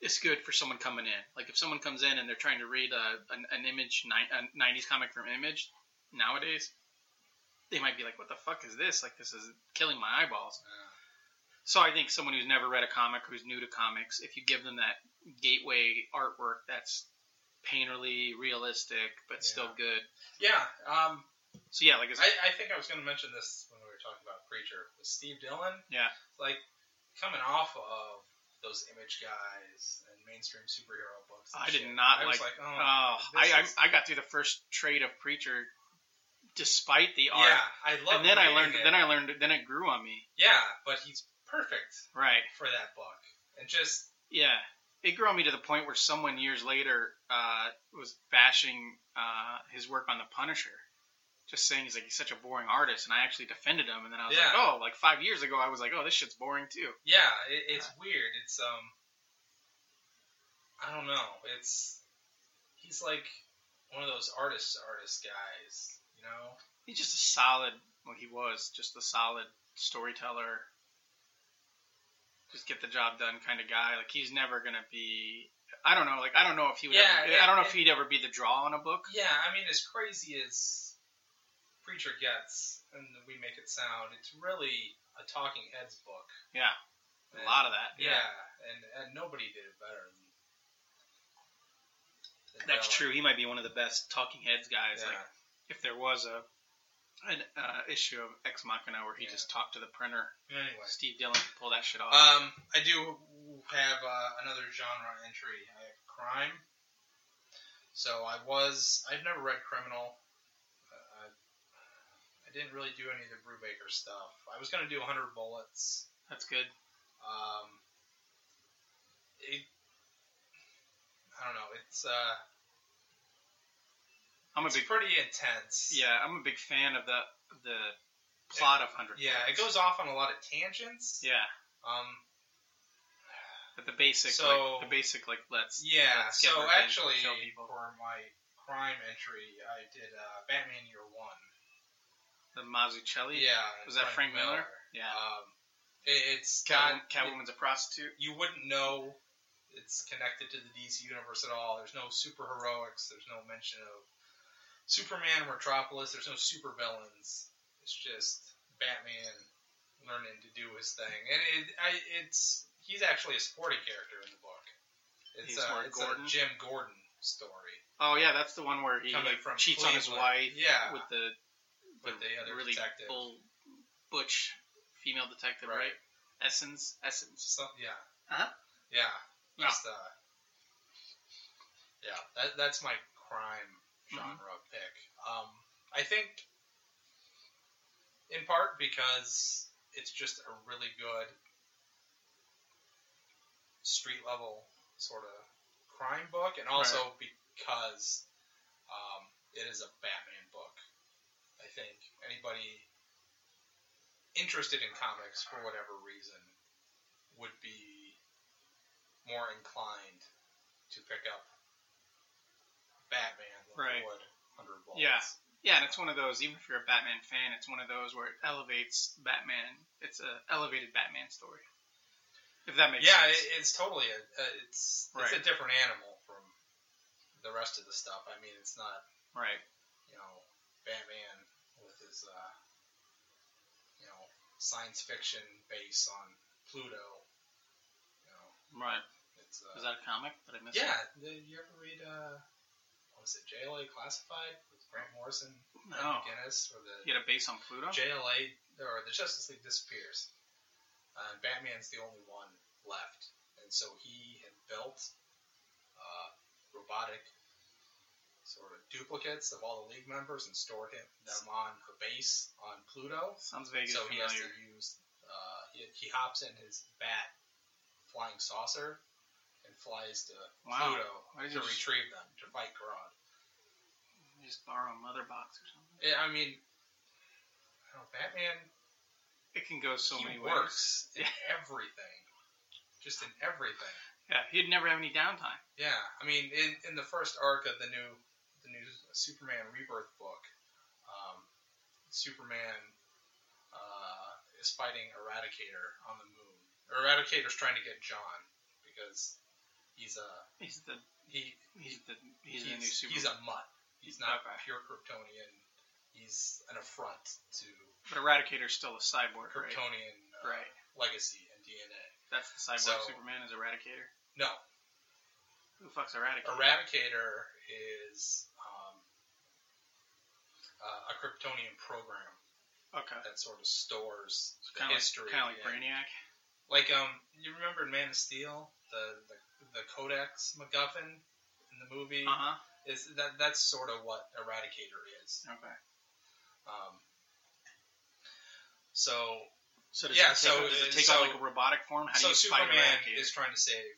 C: is good for someone coming in. Like if someone comes in and they're trying to read a, an, an image ni- a '90s comic from Image nowadays, they might be like, "What the fuck is this? Like this is killing my eyeballs."
D: Yeah.
C: So I think someone who's never read a comic, who's new to comics, if you give them that gateway artwork that's painterly, realistic, but still
D: Yeah.
C: good.
D: Yeah, um,
C: So yeah, like it's,
D: I, I think I was going to mention this when we were talking about Preacher. With Steve Dillon,
C: yeah,
D: like coming off of those image guys and mainstream superhero books. and
C: I did
D: shit,
C: not
D: I was
C: like-
D: like,
C: oh,
D: oh,
C: I,
D: this
C: I
D: is-
C: I got through the first trade of Preacher, despite the art,
D: yeah, I love.
C: and then I
D: reading
C: learned,
D: it.
C: then I learned, then it grew on me.
D: yeah, but he's perfect
C: Right.
D: for that book, and just
C: Yeah, it grew on me to the point where someone years later uh, was bashing uh, his work on The Punisher, just saying he's like he's such a boring artist, and I actually defended him, and then I was
D: Yeah.
C: like, oh, like five years ago, I was like, oh, this shit's boring too.
D: yeah, it, it's weird. It's um, I don't know. It's he's like one of those artist artist guys, you know.
C: He's just a solid. Well, he was just a solid storyteller. Just get the job done kind of guy. Like he's never gonna be. I don't know. Like I don't know if he would.
D: Yeah,
C: ever,
D: yeah,
C: I don't know
D: yeah.
C: if he'd ever be the draw on a book.
D: Yeah, I mean, as crazy as Preacher gets, and we make it sound, it's really a Talking Heads book.
C: Yeah, a lot of that.
D: Yeah, and, and nobody did it better than. than
C: That's
D: Dillon.
C: true. He might be one of the best Talking Heads guys.
D: Yeah.
C: Like if there was a an uh, issue of Ex Machina where he
D: Yeah.
C: just talked to the printer,
D: Anyway,
C: Steve Dillon could pull that shit off.
D: um, I do have uh, another genre entry. I have crime. So I was. I've never read Criminal. Uh, I, I didn't really do any of the Brubaker stuff. I was going to do 100 Bullets.
C: That's good.
D: Um, it, I don't know. It's uh,
C: I'm a
D: it's
C: big
D: pretty intense.
C: yeah. I'm a big fan of the the plot of Hundred.
D: yeah. It goes off on a lot of tangents.
C: Yeah,
D: Um,
C: but the basic
D: So-
C: like, the basic like let's
D: yeah.
C: let's get
D: So
C: revenge and
D: actually,
C: kill people.
D: for my crime entry, I did uh, Batman Year One.
C: the Mazzucchelli.
D: Yeah.
C: Was that Frank Miller? Yeah.
D: Um, it, it's
C: Catwoman,
D: got-
C: Catwoman's a prostitute.
D: you wouldn't know it's connected to the DC universe at all. There's no superheroics. There's no mention of Superman, Metropolis. There's no super villains. It's just Batman learning to do his thing, and it, I, it's he's actually a supporting character in the book.
C: He's
D: It's, uh,
C: Mark
D: it's
C: Gordon?
D: a Jim Gordon story
C: Oh yeah, that's the one where he
D: coming from
C: cheats on his wife
D: Cleveland. Yeah,
C: with the
D: with the other
C: really
D: detective.
C: bull, butch female detective,
D: Right.
C: right? Essence, Essence.
D: Some, yeah.
C: Huh?
D: Yeah.
C: Yeah.
D: Just, uh, yeah. That, that's my crime genre pick. Um, I think, in part because it's just a really good street level sort of crime book, and also because um, it is a Batman book. I think anybody interested in comics for whatever reason would be more inclined to pick up Batman than they
C: Right.
D: would Hundred Bullets.
C: Yeah. Yeah, and it's one of those. Even if you're a Batman fan, it's one of those where it elevates Batman. It's a elevated Batman story. If that makes
D: yeah,
C: sense.
D: it, it's totally a, a it's it's
C: Right.
D: a different animal from the rest of the stuff. I mean, it's not
C: right.
D: you know Batman with his uh, you know science fiction base on Pluto. You know,
C: Right.
D: it's uh,
C: Is that a comic? Did I miss
D: yeah.
C: it?
D: Did you ever read uh, what was it JLA Classified with Grant Morrison and
C: No.
D: McGinnis or the
C: You had a base on Pluto?
D: JLA or the Justice League disappears, uh, and Batman's the only one left, and so he had built uh, robotic sort of duplicates of all the league members and stored him, them on a base on Pluto.
C: Sounds vaguely
D: So he
C: familiar.
D: has to use uh, he, he hops in his bat flying saucer and flies to
C: Wow.
D: Pluto
C: Why did
D: to
C: you just-
D: retrieve them to fight Grodd.
C: You just borrow a mother box or something.
D: Yeah, I mean, I don't know, Batman
C: It can go so many
D: he
C: ways.
D: works in
C: Yeah.
D: everything, just in everything.
C: Yeah, he'd never have any downtime.
D: Yeah, I mean, in, in the first arc of the new the new Superman Rebirth book, um, Superman uh, is fighting Eradicator on the moon. Eradicator's trying to get John because he's a
C: He's the
D: he
C: he's the he's, the new super.
D: he's a mutt. He's not
C: Okay.
D: pure Kryptonian. He's an affront to
C: but Eradicator's still a cyborg, right?
D: Kryptonian uh,
C: Right.
D: legacy and DNA.
C: That's the cyborg
D: So-
C: Superman is Eradicator.
D: No,
C: Who the fucks Eradicator?
D: Eradicator is um, uh, a Kryptonian program
C: okay.
D: that sort of stores the
C: Kind of
D: history.
C: like, kind of like
D: and-
C: Brainiac.
D: Like um, you remember in Man of Steel, the the, the Codex MacGuffin in the movie
C: Uh huh.
D: is that that's sort of what Eradicator is.
C: Okay.
D: Um, so
C: So does it
D: Yeah,
C: take,
D: so
C: on- does
D: it-
C: it take
D: so-
C: on like a robotic form? How
D: so
C: do you
D: Superman
C: fight Eradicator?
D: is trying to save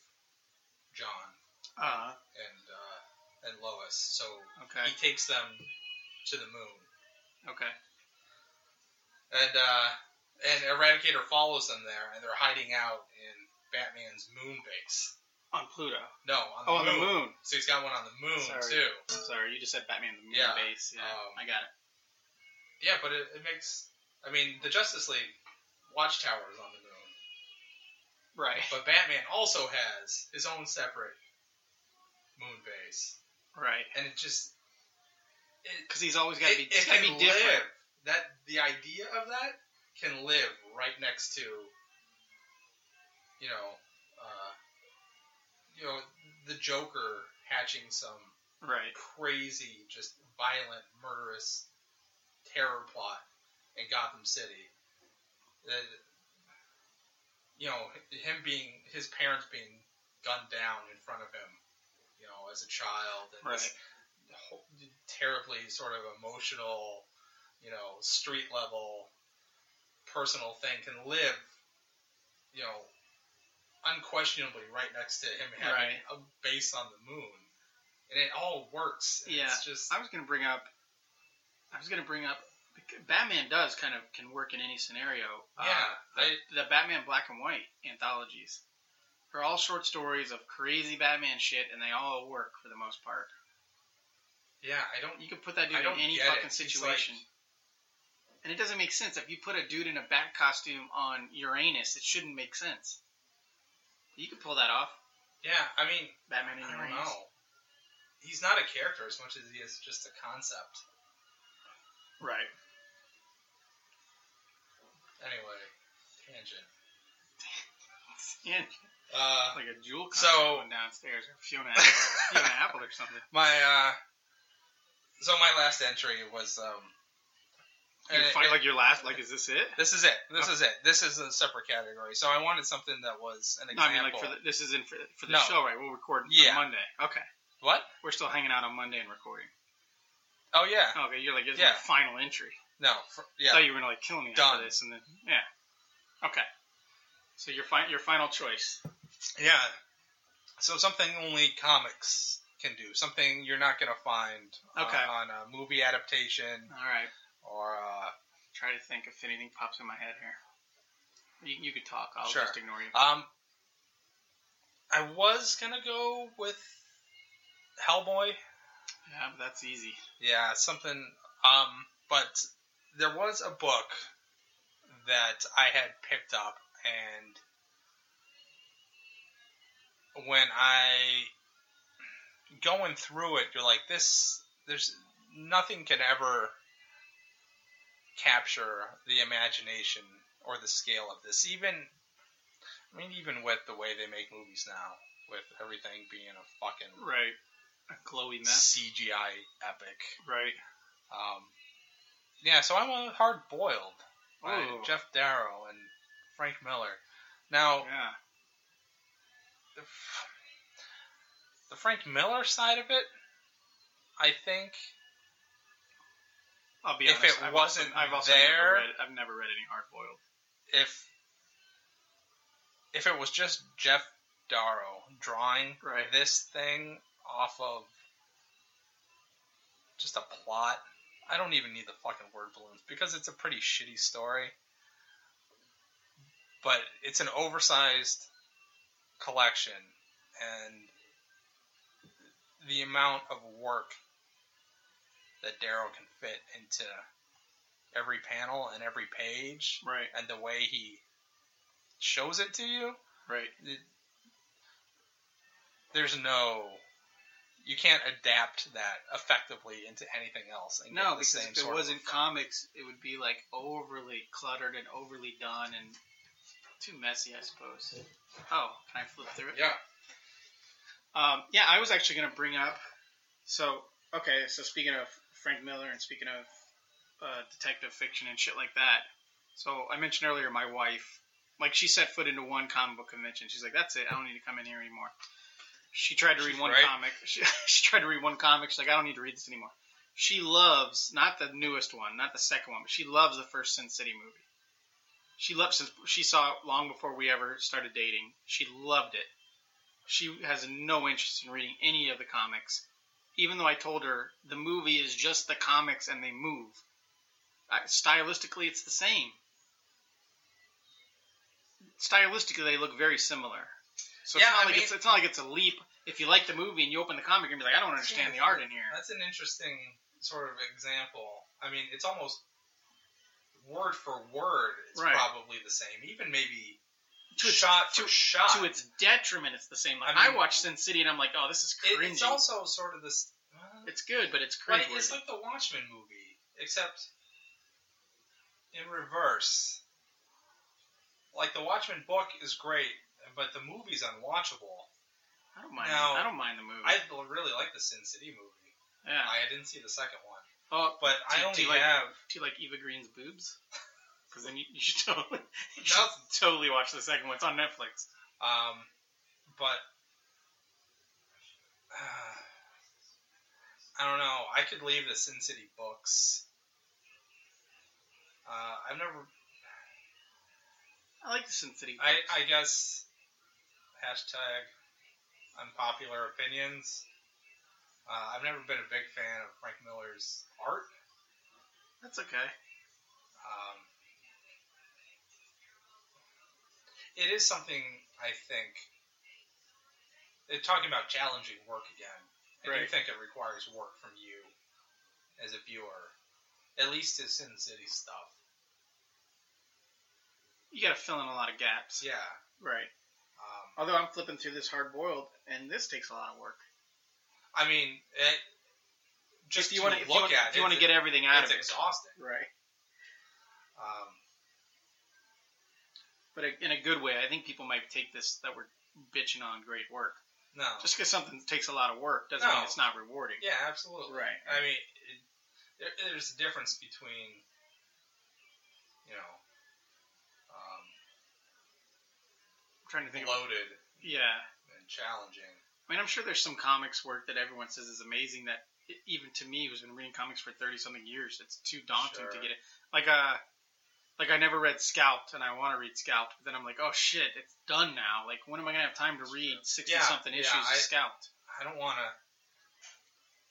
D: John
C: uh,
D: and uh, and Lois, so
C: okay.
D: he takes them to the moon.
C: Okay.
D: And uh, and Eradicator follows them there, and they're hiding out in Batman's moon base.
C: On Pluto.
D: No, on the,
C: Oh, on
D: moon.
C: the moon.
D: So he's got one on the moon
C: Sorry.
D: too.
C: Sorry, you just said Batman the moon
D: Yeah,
C: base. Yeah,
D: um,
C: I got it.
D: Yeah, but it, it makes. I mean, the Justice League watchtower is on the moon,
C: Right.
D: but Batman also has his own separate moon base,
C: Right.
D: and it just it,
C: Because he's always got to be.
D: it,
C: It's
D: it
C: got to
D: can
C: be different.
D: live. That the idea of that can live right next to, you know, uh, you know, the Joker hatching some
C: Right.
D: crazy, just violent, murderous terror plot in Gotham City. That you know, him being his parents being gunned down in front of him, you know, as a child, and this ho- terribly sort of emotional, you know, street level personal thing can live, you know, unquestionably right next to him having
C: Right.
D: a base on the moon. And it all works. And It's just
C: I was gonna bring up. I was gonna bring up. Batman does kind of can work in any scenario.
D: Yeah,
C: Uh, the, the Batman Black and White anthologies are all short stories of crazy Batman shit, and they all work for the most part.
D: yeah. I don't.
C: You can put that dude
D: I
C: in
D: don't
C: any
D: get it.
C: fucking
D: It's
C: situation. and it doesn't make sense. If you put a dude in a bat costume on Uranus, it shouldn't make sense. You could pull that off.
D: Yeah, I mean,
C: Batman
D: I
C: and
D: don't
C: Uranus.
D: know. He's he's not a character as much as he is just a concept.
C: Right.
D: Anyway, tangent.
C: Yeah,
D: Uh,
C: like a jewel
D: So-
C: concert going downstairs. Or Fiona, Apple, Fiona Apple or something.
D: my uh, so my last entry was um.
C: You
D: and Uh, it-
C: fight like your last. Like, is this it?
D: This is it. This is it. This is a separate category. So I wanted something that was an
C: No, I
D: example.
C: mean like for the, this is in for, for the
D: No.
C: show, right? We'll record
D: Yeah.
C: on Monday. Okay,
D: what?
C: we're still hanging out on Monday and recording.
D: Oh yeah.
C: Okay, you're like, it's
D: Yeah.
C: my final entry.
D: No. For,
C: I
D: yeah.
C: thought you were gonna like kill me
D: Done.
C: after this, and then yeah. Okay, so your fi- your final choice.
D: Yeah. So something only comics can do. Something you're not gonna find uh,
C: Okay.
D: on a movie adaptation
C: All right,
D: or uh,
C: try to think if anything pops in my head here. You, you could talk. I'll
D: Sure.
C: just ignore you.
D: um. I was gonna go with Hellboy.
C: Yeah, but that's easy.
D: Yeah, something. Um, but there was a book that I had picked up, and when I going through it, you're like, this. There's nothing can ever capture the imagination or the scale of this. Even, I mean, even with the way they make movies now, with everything being a fucking
C: Right, a glowy mess.
D: CGI epic.
C: Right.
D: Um, yeah, so I went with Hard Boiled by
C: Ooh.
D: Jeff Darrow and Frank Miller. Now,
C: Yeah.
D: the, f- the Frank Miller side of it, I think,
C: I'll be
D: If
C: honest.
D: it
C: I've
D: wasn't
C: also, I've also
D: there-
C: never read, I've never read any hard boiled.
D: if if it was just Jeff Darrow drawing
C: Right.
D: this thing off of just a plot, I don't even need the fucking word balloons because it's a pretty shitty story. But it's an oversized collection, and the amount of work that Darrow can fit into every panel and every page
C: Right.
D: and the way he shows it to you,
C: Right.
D: it- there's no, you can't adapt that effectively into anything else. And get
C: No,
D: the
C: because
D: same
C: if it
D: sort of
C: wasn't
D: effect.
C: comics, it would be like overly cluttered and overly done and too messy, I suppose. Oh, can I flip through it?
D: yeah,
C: Um, yeah, I was actually going to bring up. So okay, so speaking of Frank Miller and speaking of uh, detective fiction and shit like that. So I mentioned earlier my wife, like she set foot into one comic book convention. She's like, "That's it. I don't need to come in here anymore." She tried to
D: She's
C: read one
D: right.
C: comic. She, she tried to read one comic. She's like, "I don't need to read this anymore." She loves not the newest one, not the second one, but she loves the first Sin City movie. She loved since she saw it long before we ever started dating. She loved it she has no interest in reading any of the comics, even though I told her the movie is just the comics and they move. I, stylistically, it's the same. Stylistically, they look very similar. So
D: Yeah,
C: it's, not
D: I
C: like
D: mean-
C: it's, it's not like it's a leap. If you like the movie and you open the comic and be like, I don't understand the art in here.
D: that's an interesting sort of example. I mean, it's almost word for word. It's
C: Right.
D: probably the same, even maybe
C: To its-
D: shot for
C: to-
D: shot.
C: To its detriment, it's the same. Like,
D: I
C: I,
D: mean-
C: watch Sin City and I'm like, oh, this is
D: It-
C: cringy.
D: it's also sort of this.
C: It's good, but it's
D: Right,
C: cringe.
D: it's like the Watchmen movie, except in reverse. Like the Watchmen book is great, but the movie's unwatchable.
C: I don't mind.
D: now-
C: I don't mind the movie.
D: I really like the Sin City movie.
C: yeah.
D: I didn't see the second one,
C: oh,
D: but I
C: Do- do
D: only
C: you like-
D: have
C: Do you like Eva Green's boobs? Because then you, you should totally, you should
D: That's-
C: totally watch the second one. It's on Netflix.
D: Um, but uh, I don't know. I could leave the Sin City books. Uh, I've never.
C: I like the Sin City.
D: I, I guess hashtag unpopular opinions. Uh, I've never been a big fan of Frank Miller's art.
C: That's okay.
D: Um, it is something I think. They're talking about challenging work again. I do
C: Right.
D: think it requires work from you as a viewer. At least his Sin City stuff.
C: You got to fill in a lot of gaps.
D: Yeah.
C: Right.
D: Um,
C: Although I'm flipping through this hard boiled, and this takes a lot of work.
D: I mean, it, just
C: if you
D: to
C: want to
D: look at
C: if you
D: it,
C: want to get everything out
D: it's
C: of it,
D: exhausting.
C: right?
D: Um,
C: But in a good way, I think people might take this that we're bitching on great work.
D: no,
C: Just because something takes a lot of work doesn't
D: No.
C: mean it's not rewarding.
D: yeah, absolutely.
C: Right.
D: I mean, it, there, there's a difference between, you know, um,
C: I'm trying to think. Of,
D: loaded
C: yeah,
D: and challenging.
C: I mean, I'm sure there's some comics work that everyone says is amazing. That i even to me, who's been reading comics for thirty something years, it's too daunting to
D: Sure.
C: get it. Like uh, like I never read Scalped, and I want to read Scalped, but then I'm like, oh shit, it's done now. Like, when am I gonna have time to read sixty
D: Yeah,
C: something
D: yeah,
C: issues
D: I-
C: of Scalped?
D: I don't want to.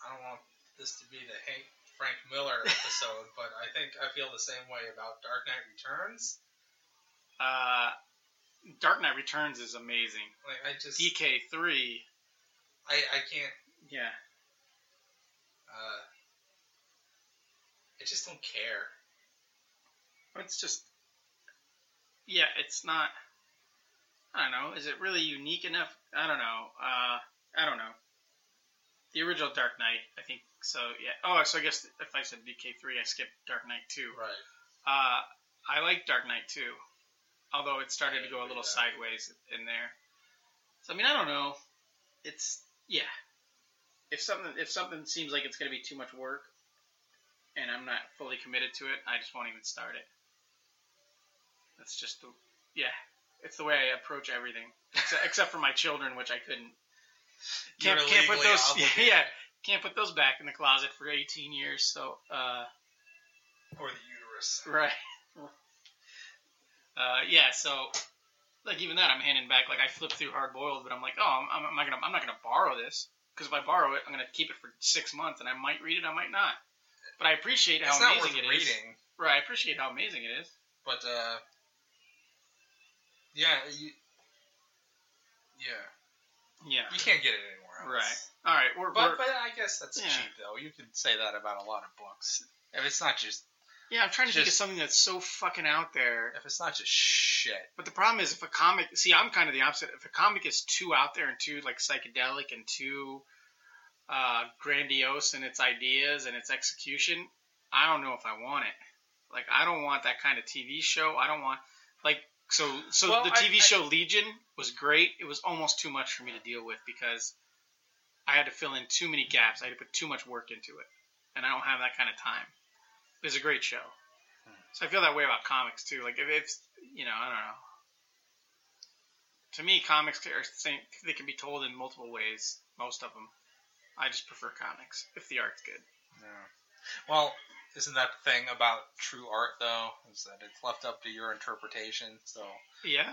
D: I don't want this to be the Hank Frank Miller episode, but I think I feel the same way about Dark Knight Returns.
C: Uh, Dark Knight Returns is amazing.
D: Like I just,
C: DK three,
D: I, I can't.
C: yeah.
D: Uh, I just don't care.
C: It's just, yeah, it's not. I don't know. Is it really unique enough? I don't know. Uh, I don't know. The original Dark Knight, I think. So yeah. Oh, so I guess if I said DK three, I skipped Dark Knight two.
D: Right.
C: Uh, I like Dark Knight two, although it started to go a little
D: Yeah.
C: sideways in there. So I mean, I don't know. It's yeah. If something if something seems like it's going to be too much work, and I'm not fully committed to it, I just won't even start it. That's just the yeah. It's the way I approach everything, except, except for my children, which I couldn't. Can't,
D: You're
C: can't put
D: legally
C: those
D: obligated.
C: yeah can't put those back in the closet for 18 years. So uh,
D: Or the uterus.
C: Right. Uh, yeah. So, like, even that, I'm handing back. Like, I flip through hard boiled, but I'm like, oh, I'm, I'm not gonna, I'm not gonna borrow this because if I borrow it, I'm gonna keep it for six months, and I might read it, I might not. But I appreciate how
D: It's not worth
C: amazing it is.
D: reading,
C: Right. I appreciate how amazing it is.
D: but uh, yeah, you, yeah,
C: Yeah.
D: you can't get it anywhere else.
C: Right. All right. We're, we're
D: But, but I guess that's
C: Yeah.
D: cheap though. You can say that about a lot of books. If it's not just
C: yeah. I'm trying to think of
D: just-
C: something that's so fucking out there.
D: if it's not just shit.
C: But the problem is if a comic, see, I'm kind of the opposite. If a comic is too out there and too like psychedelic and too uh, grandiose in its ideas and its execution, I don't know if I want it. Like, I don't want that kind of TV show. I don't want like so. So
D: Well,
C: the
D: I-
C: TV
D: I-
C: show Legion was great. It was almost too much for me to deal with because I had to fill in too many gaps. I had to put too much work into it, and I don't have that kind of time. It was a great show. So I feel that way about comics too. Like if, if you know, I don't know. To me, comics are think they can be told in multiple ways. Most of them. I just prefer comics if the art's good.
D: Well, isn't that the thing about true art though? Is that it's left up to your interpretation. So
C: Yeah.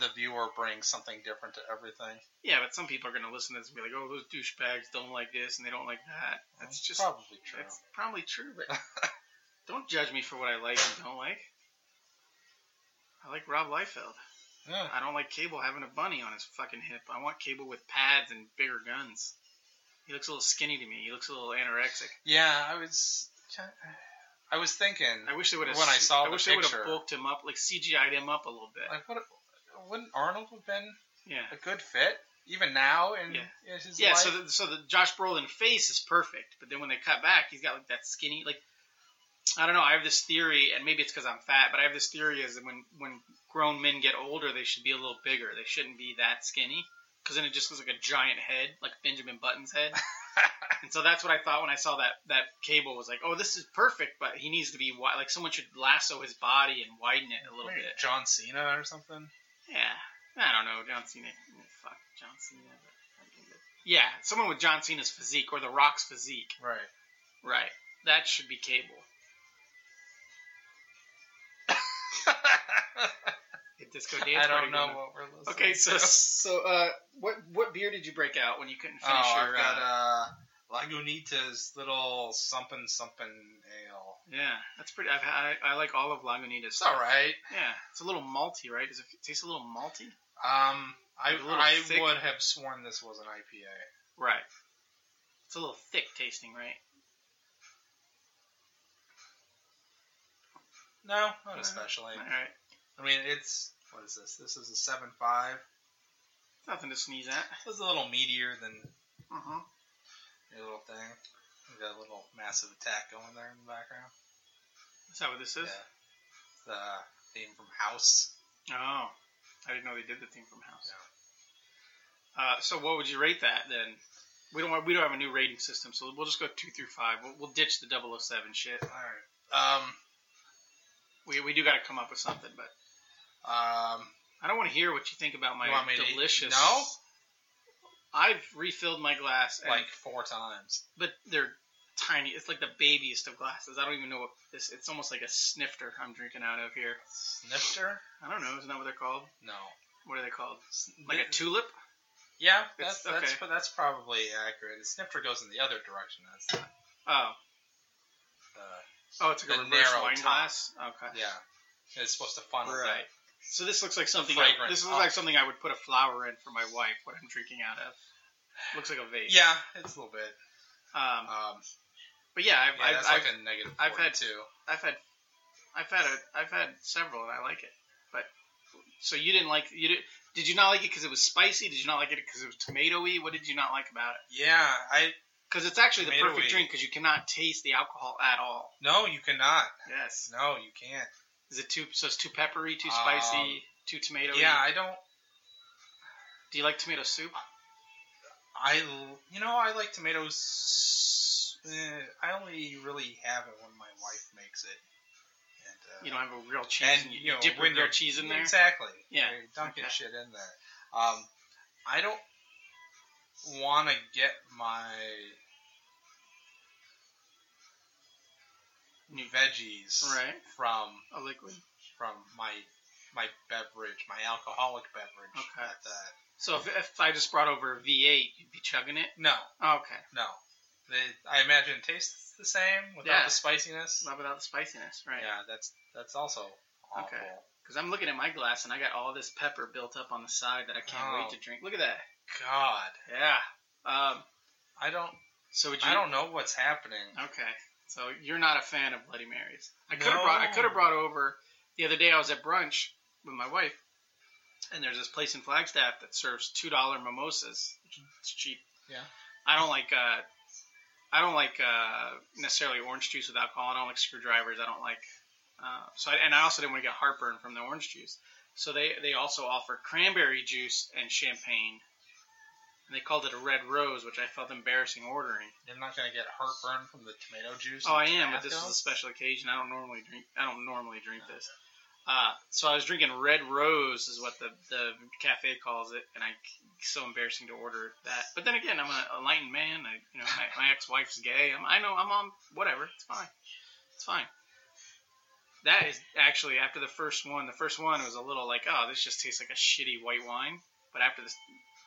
D: the, the viewer brings something different to everything.
C: Yeah, but some people are going to listen to this and be like, "Oh, those douchebags don't like this and they don't like that." That's just
D: probably true.
C: that's probably true, but don't judge me for what I like and don't like. I like Rob Liefeld.
D: Yeah.
C: I don't like Cable having a bunny on his fucking hip. I want Cable with pads and bigger guns. He looks a little skinny to me. He looks a little anorexic.
D: Yeah, I was. I was thinking.
C: I wish they would have.
D: When I saw
C: I
D: the
C: wish they would
D: picture.
C: have bulked him up, like CGI'd him up a little bit.
D: Like, what, wouldn't Arnold have been
C: yeah.
D: a good fit even now in,
C: Yeah.
D: in his
C: Yeah,
D: life?
C: so the, so the Josh Brolin face is perfect, but then when they cut back, he's got like that skinny like I don't know. I have this theory, and maybe it's because I'm fat, but I have this theory is that when when grown men get older, they should be a little bigger. They shouldn't be that skinny because then it just looks like a giant head, like Benjamin Button's head. and so that's what I thought when I saw that that cable was like, oh, this is perfect, but he needs to be wide. Like someone should lasso his body and widen it a little
D: Maybe
C: bit.
D: John Cena or something.
C: Yeah. I don't know. John Cena. Fuck John Cena. but- Yeah, someone with John Cena's physique or The Rock's physique.
D: Right.
C: Right. That should be cable. Hit disco dance
D: I
C: party
D: don't know
C: going on.
D: what we're listening.
C: Okay, so
D: to.
C: so uh, what what beer did you break out when you couldn't finish
D: oh,
C: your?
D: I've got
C: uh,
D: uh, Lagunitas little something something ale.
C: yeah, that's pretty. I've, I I like all of Lagunitas.
D: It's all right.
C: Yeah, it's a little malty, right? Does it taste a little malty?
D: Um,
C: A
D: I
C: little
D: I
C: thick.
D: would have sworn this was an IPA.
C: Right. It's a little thick tasting, right?
D: No, not
C: Uh,
D: especially.
C: All right,
D: I mean, it's what is this? This is a seven five.
C: nothing to sneeze at.
D: This is a little meatier than
C: Uh huh.
D: thing. We got a little massive attack going there in the background.
C: Is that what this is?
D: Yeah. The uh, theme from House.
C: Oh, I didn't know they did the theme from House. Uh, so what would you rate that then? We don't want, we don't have a new rating system, so we'll just go two through five. We'll, we'll ditch the 007 shit.
D: All right. Um,
C: We, we do got to come up with something, but
D: um,
C: I don't want to hear what you think about my
D: You want me to eat?
C: delicious.
D: No?
C: I've refilled my glass, and,
D: like four times.
C: but they're tiny. It's like the babiest of glasses. I don't even know what this. It's almost like a snifter I'm drinking out of here.
D: Snifter?
C: I don't know. Isn't that what they're called?
D: No.
C: What are they called? Like a tulip?
D: Yeah,
C: It's-
D: that's that's
C: okay.
D: that's probably accurate. A snifter goes in the other direction. That's not
C: Oh,
D: the
C: oh, it's like a
D: The
C: reverse
D: narrow
C: wine
D: top.
C: glass. Okay.
D: yeah. It's supposed to funnel. that.
C: Right. So this looks like something. I,
D: fragrance.
C: this looks like something I would put a flower in for my wife. What I'm drinking out of looks like a vase.
D: Yeah, it's a little bit.
C: Um,
D: Um,
C: but yeah, I've
D: yeah,
C: I've,
D: that's
C: I've,
D: like a negative.
C: I've had-
D: 42.
C: I've had I've had a I've had several and I like it. But so you didn't like you did did you not like it because it was spicy? Did you not like it because it was tomatoey? What did you not like about it?
D: Yeah, I
C: Because it's actually the perfect
D: Tomatoey.
C: drink because you cannot taste the alcohol at all.
D: no, you cannot.
C: Yes.
D: No, you can't.
C: Is it too so it's too peppery, too
D: Um,
C: spicy, too tomatoey?
D: Yeah, I don't.
C: Do you like tomato soup?
D: I l- you know I like tomatoes. Eh, I only really have it when my wife makes it. And, uh,
C: You don't have a real cheese and, you, you dip
D: when
C: real
D: you're-
C: cheese in there.
D: Exactly.
C: Yeah.
D: You're dunking
C: Okay.
D: shit in there. Um, I don't want to get my
C: New-
D: veggies
C: Right.
D: from
C: A liquid.
D: from my my beverage, my alcoholic beverage.
C: Okay.
D: At that.
C: So if, if I just brought over a V8, you'd be chugging it.
D: No,
C: Okay.
D: no. They, I imagine it tastes the same without
C: Yeah.
D: the spiciness.
C: Not without the spiciness, right?
D: Yeah, that's that's also awful.
C: Okay. Because I'm looking at my glass and I got all this pepper built up on the side that I can't
D: Oh.
C: wait to drink. Look at that.
D: God,
C: Yeah. Um,
D: I don't
C: so would you?
D: I don't know what's happening.
C: Okay. So you're not a fan of Bloody Marys. I could have
D: No.
C: brought. I could have brought over. The other day I was at brunch with my wife, and there's this place in Flagstaff that serves two dollar mimosas. It's cheap.
D: Yeah.
C: I don't like. Uh, I don't like uh, necessarily orange juice with alcohol. I don't like screwdrivers. I don't like. Uh, so I, and I also didn't want to get heartburn from the orange juice. So they they also offer cranberry juice and champagne. And they called it a red rose, which I felt embarrassing ordering.
D: I'm not gonna get heartburn from the tomato juice.
C: Oh, I
D: and
C: am, but this is
D: Tabasco?
C: a special occasion. I don't normally drink. I don't normally drink this. Uh, so I was drinking Red Rose, is what the, the cafe calls it, and I it's so embarrassing to order that. But then again, I'm an enlightened man. I, you know, my, my ex-wife's gay. I'm, I know I'm on whatever. It's fine. It's fine. That is actually after the first one. The first one was a little like, oh, this just tastes like a shitty white wine. But after the s-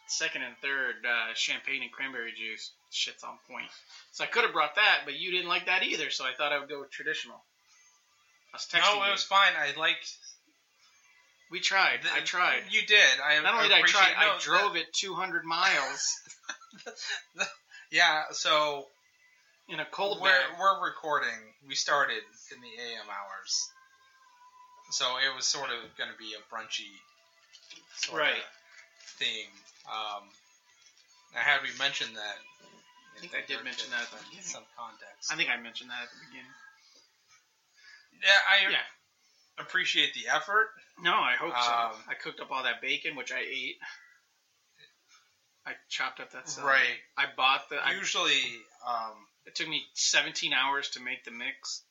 C: second and third uh, champagne and cranberry juice, shit's on point. So I could have brought that, but you didn't like that either. So I thought I would go with traditional. I was texting
D: no, it
C: you.
D: was fine. I liked.
C: we tried. I
D: the-
C: tried.
D: You did. I
C: Not only did I try,
D: appreciate- no,
C: I drove it 200 miles
D: that- Yeah. So
C: in a cold
D: we're
C: weather.
D: we're recording. We started in the AM hours, so it was sort of going to be a brunchy sort
C: Right.
D: of theme. Um, now, had we mentioned that? I
C: think I did mention that at the beginning.
D: some context.
C: I think I mentioned that at the beginning.
D: yeah, I
C: Yeah.
D: appreciate the effort.
C: No, I hope
D: Um,
C: so. I cooked up all that bacon, which I ate. I chopped up that salad.
D: Right.
C: I bought the. I,
D: Usually, um,
C: it took me 17 hours to make the mix.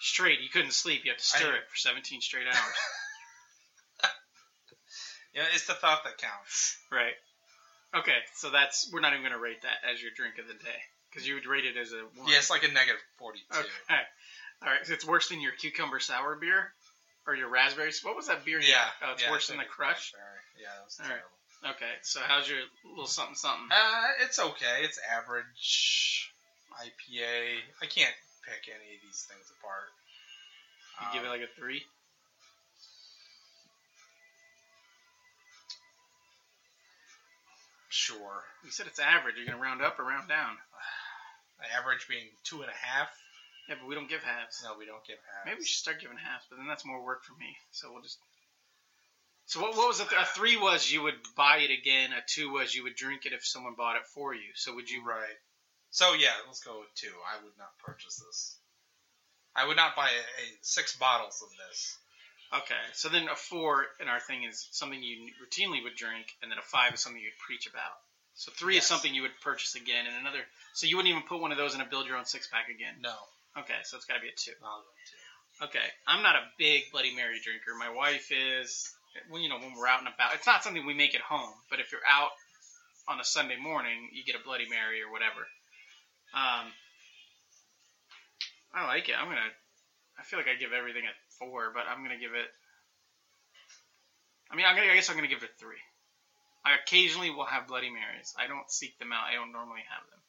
C: Straight. You couldn't sleep. You have to stir
D: I-
C: it for 17 straight hours.
D: you know, it's the thought that counts.
C: Right. Okay, so that's we're not even gonna rate that as your drink of the day because you would rate it as a one.
D: Yeah, it's like a negative forty-two.
C: Okay. All right. So it's worse than your cucumber sour beer or your raspberry. What was that beer? you
D: Yeah,
C: had? Oh, it's
D: yeah,
C: worse than the
D: like
C: crush.
D: raspberry. Yeah, that was
C: All right.
D: terrible.
C: Okay. So how's your little something something?
D: Uh, it's okay. It's average IPA. I can't pick any of these things apart.
C: You give it like a three.
D: Um, sure.
C: You said it's average. You're gonna round up or round down.
D: Average being two and a half.
C: Yeah, but we don't give halves.
D: No, we don't give halves.
C: Maybe we should start giving halves, but then that's more work for me. So we'll just. So what, what was it? A three was you would buy it again. A two was you would drink it if someone bought it for you. So would you
D: right. So yeah, let's go with two. I would not purchase this. I would not buy a, a six bottles of this.
C: Okay, so then a four in our thing is something you routinely would drink, and then a five is something you'd preach about. So three
D: Yes.
C: is something you would purchase again, and another. So you wouldn't even put one of those in a build your own six pack again.
D: No,
C: Okay, so it's got to be a two.
D: I'll go with two.
C: Okay, I'm not a big Bloody Mary drinker. My wife is. Well, you know, when we're out and about, it's not something we make at home. But if you're out on a Sunday morning, you get a Bloody Mary or whatever. Um, I like it. I'm gonna. I feel like I give everything a four, but I'm gonna give it. I mean, I'm gonna. I guess I'm gonna give it a three. I occasionally will have Bloody Marys. I don't seek them out. I don't normally have them.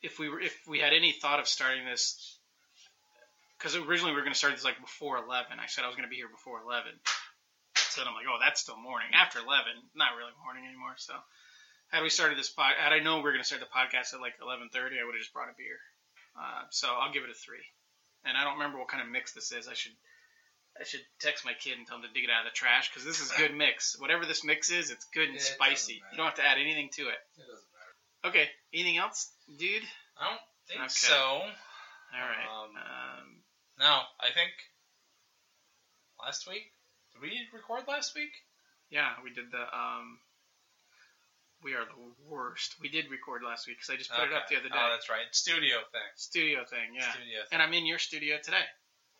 C: If we were, if we had any thought of starting this because originally we were going to start this like before 11. I said I was going to be here before 11. So then I'm like, oh, that's still morning. After 11, not really morning anymore. So had we started this pod, had I known we were going to start the podcast at like 11:30, I would have just brought a beer. Uh, so I'll give it a three. And I don't remember what kind of mix this is. I should I should text my kid and tell him to dig it out of the trash because this is good mix. Whatever this mix is, it's good and
D: Yeah, it doesn't
C: spicy. You
D: matter.
C: don't have to add anything to it.
D: It doesn't matter.
C: Okay. Anything else, dude?
D: I don't think
C: Okay.
D: so.
C: All right.
D: Um,
C: um,
D: No, I think last week. Did we record last week?
C: Yeah, we did the. Um, we are the worst. We did record last week because I just put it up the
D: Okay.
C: other day.
D: Oh, that's right. Studio thing.
C: studio thing, yeah.
D: Studio thing.
C: And I'm in your studio today.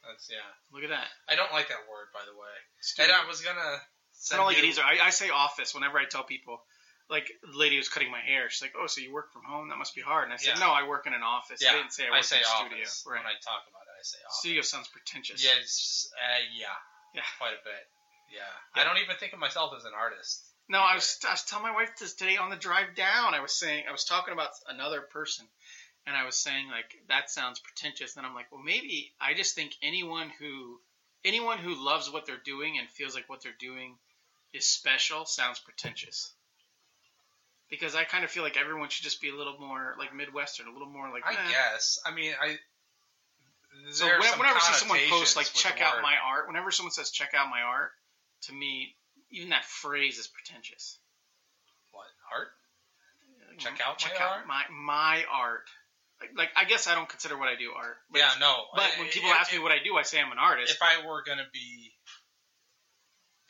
D: That's yeah.
C: Look at that.
D: I don't like that word, by the way.
C: Studio.
D: And I was gonna.
C: I
D: Send
C: don't like
D: you,
C: it either. I, I say office whenever I tell people. Like the lady who's cutting my hair, she's like, "Oh, so you work from home? That must be hard." And I said,
D: Yeah.
C: "No, I work in an office.
D: Yeah,
C: I didn't say I
D: I
C: work
D: say
C: in a studio.
D: office
C: Right?
D: when I talk about it. I say office.
C: Studio sounds pretentious.
D: Yeah, it's, uh, yeah,
C: Yeah.
D: quite a bit. Yeah.
C: Yeah.
D: I don't even think of myself as an artist.
C: No, I was I was telling my wife this today on the drive down. I was saying I was talking about another person, and I was saying like that sounds pretentious. And I'm like, well, maybe I just think anyone who anyone who loves what they're doing and feels like what they're doing is special sounds pretentious. Because I kind of feel like everyone should just be a little more like Midwestern, a little more like.
D: I
C: eh.
D: guess. I mean, I.
C: So
D: there are
C: when-
D: some
C: whenever I see someone post
D: connotations
C: like
D: with
C: check
D: the
C: out
D: word.
C: my art, whenever someone says check out my art, to me, even that phrase is pretentious.
D: what art. Check out my art?
C: my my art. Like, like, I guess I don't consider what I do art. But,
D: Yeah, no.
C: But
D: I-
C: when people
D: if,
C: ask me what I do, I say I'm an artist.
D: if I were gonna be,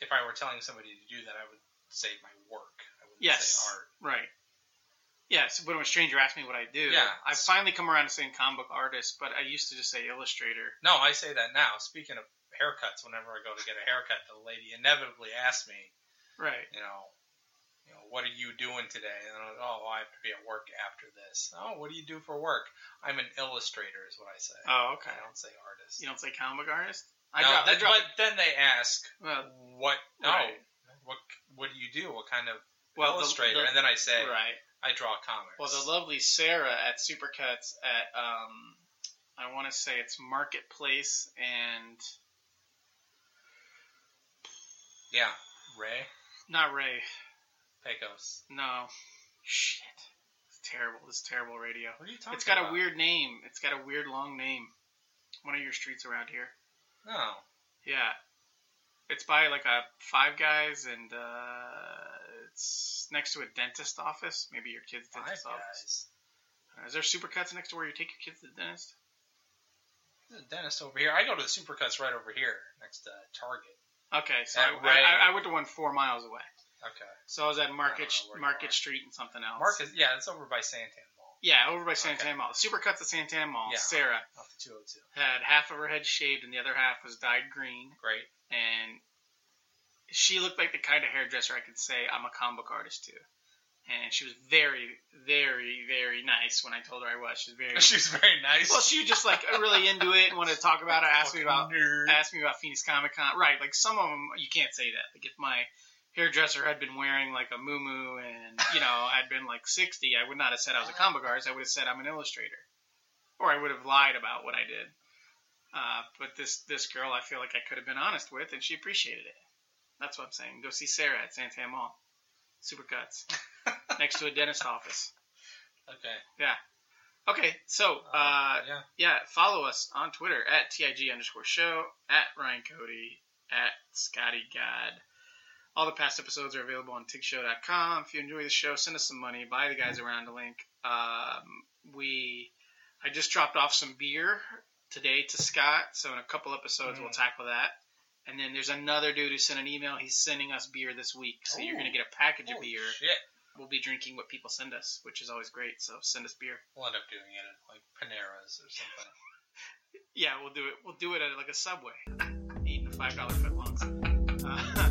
D: if I were telling somebody to do that, I would say my work. I wouldn't
C: Yes.
D: say art.
C: right. Yeah, so when a stranger asks me what I do,
D: Yeah.
C: I've finally come around to saying comic book artist, but I used to just say illustrator.
D: No, I say that now. Speaking of haircuts, whenever I go to get a haircut, the lady inevitably asks me,
C: Right.
D: you know, you know, what are you doing today? And I'm like, oh, I have to be at work after this. Oh, what do you do for work? I'm an illustrator, is what I say.
C: Oh, okay.
D: I don't say artist.
C: You don't say comic book artist? I
D: No,
C: dropped, I
D: then-
C: dropped,
D: but then they ask,
C: well,
D: what? No,
C: Right.
D: what? What do you do? What kind of
C: well, the-
D: illustrator?
C: the-
D: and then I say,
C: right.
D: I draw comics.
C: Well, the lovely Sarah at Supercuts at um, I want to say it's Marketplace and
D: yeah, Ray
C: not Ray.
D: Pecos.
C: No. Shit. It's terrible. This is terrible radio.
D: What are you talking?
C: It's got
D: about?
C: a weird name. It's got a weird long name. One of your streets around here.
D: No,
C: Yeah. It's by like a Five Guys and uh, it's next to a dentist office. Maybe your kid's
D: five
C: dentist office.
D: guys.
C: Uh, Is there supercuts next to where you take your kids to the dentist?
D: There's a dentist over here. I go to the Supercuts right over here next to Target.
C: Okay, so
D: At
C: I,
D: Ray.
C: I, I went to one four miles away.
D: Okay.
C: So I was at Market
D: know where you are.
C: Market Street and something else.
D: Marcus, yeah, it's over by Santan Mall
C: Yeah, over by
D: Okay.
C: Santana Mall. Supercuts at Santana Mall.
D: Yeah.
C: Sarah
D: off oh the 202.
C: had half of her head shaved and the other half was dyed green.
D: Great.
C: and she looked like the kind of hairdresser I could say I'm a comic book artist to. And she was very, very, very nice when I told her I was. She was very
D: She's very nice.
C: well. She was just like really into it and wanted to talk about it. Asked me
D: Fucking
C: about
D: nerd.
C: asked me about Phoenix Comic Con. Right, like some of them you can't say that. Like if my hairdresser had been wearing like a muumuu and you know had been like 60, I would not have said I was a comic book artist. I would have said I'm an illustrator, or I would have lied about what I did. Uh, but this this girl, I feel like I could have been honest with, and she appreciated it. That's what I'm saying. Go see Sarah at Santana Mall, Supercuts, next to a dentist office.
D: Okay. Um,
C: Okay, so
D: Oh,
C: uh,
D: yeah.
C: yeah, follow us on Twitter at TIG underscore show, at Ryan Cody, at Scotty God. All the past episodes are available on tigshow.com. If you enjoy the show, send us some money, buy the guys around a link, Um, we, I just dropped off some beer today to Scott, so in a couple episodes
D: Mm.
C: we'll tackle that. And then there's another dude who sent an email. He's sending us beer this week, so you're
D: Ooh.
C: gonna get a package of
D: Oh. Holy
C: beer.
D: shit.
C: We'll be drinking what people send us, which is always great. So send us beer.
D: We'll end up doing it at like Panera's or something.
C: Yeah, we'll do it. We'll do it at like a Subway. Eating the five dollar footlongs. Uh,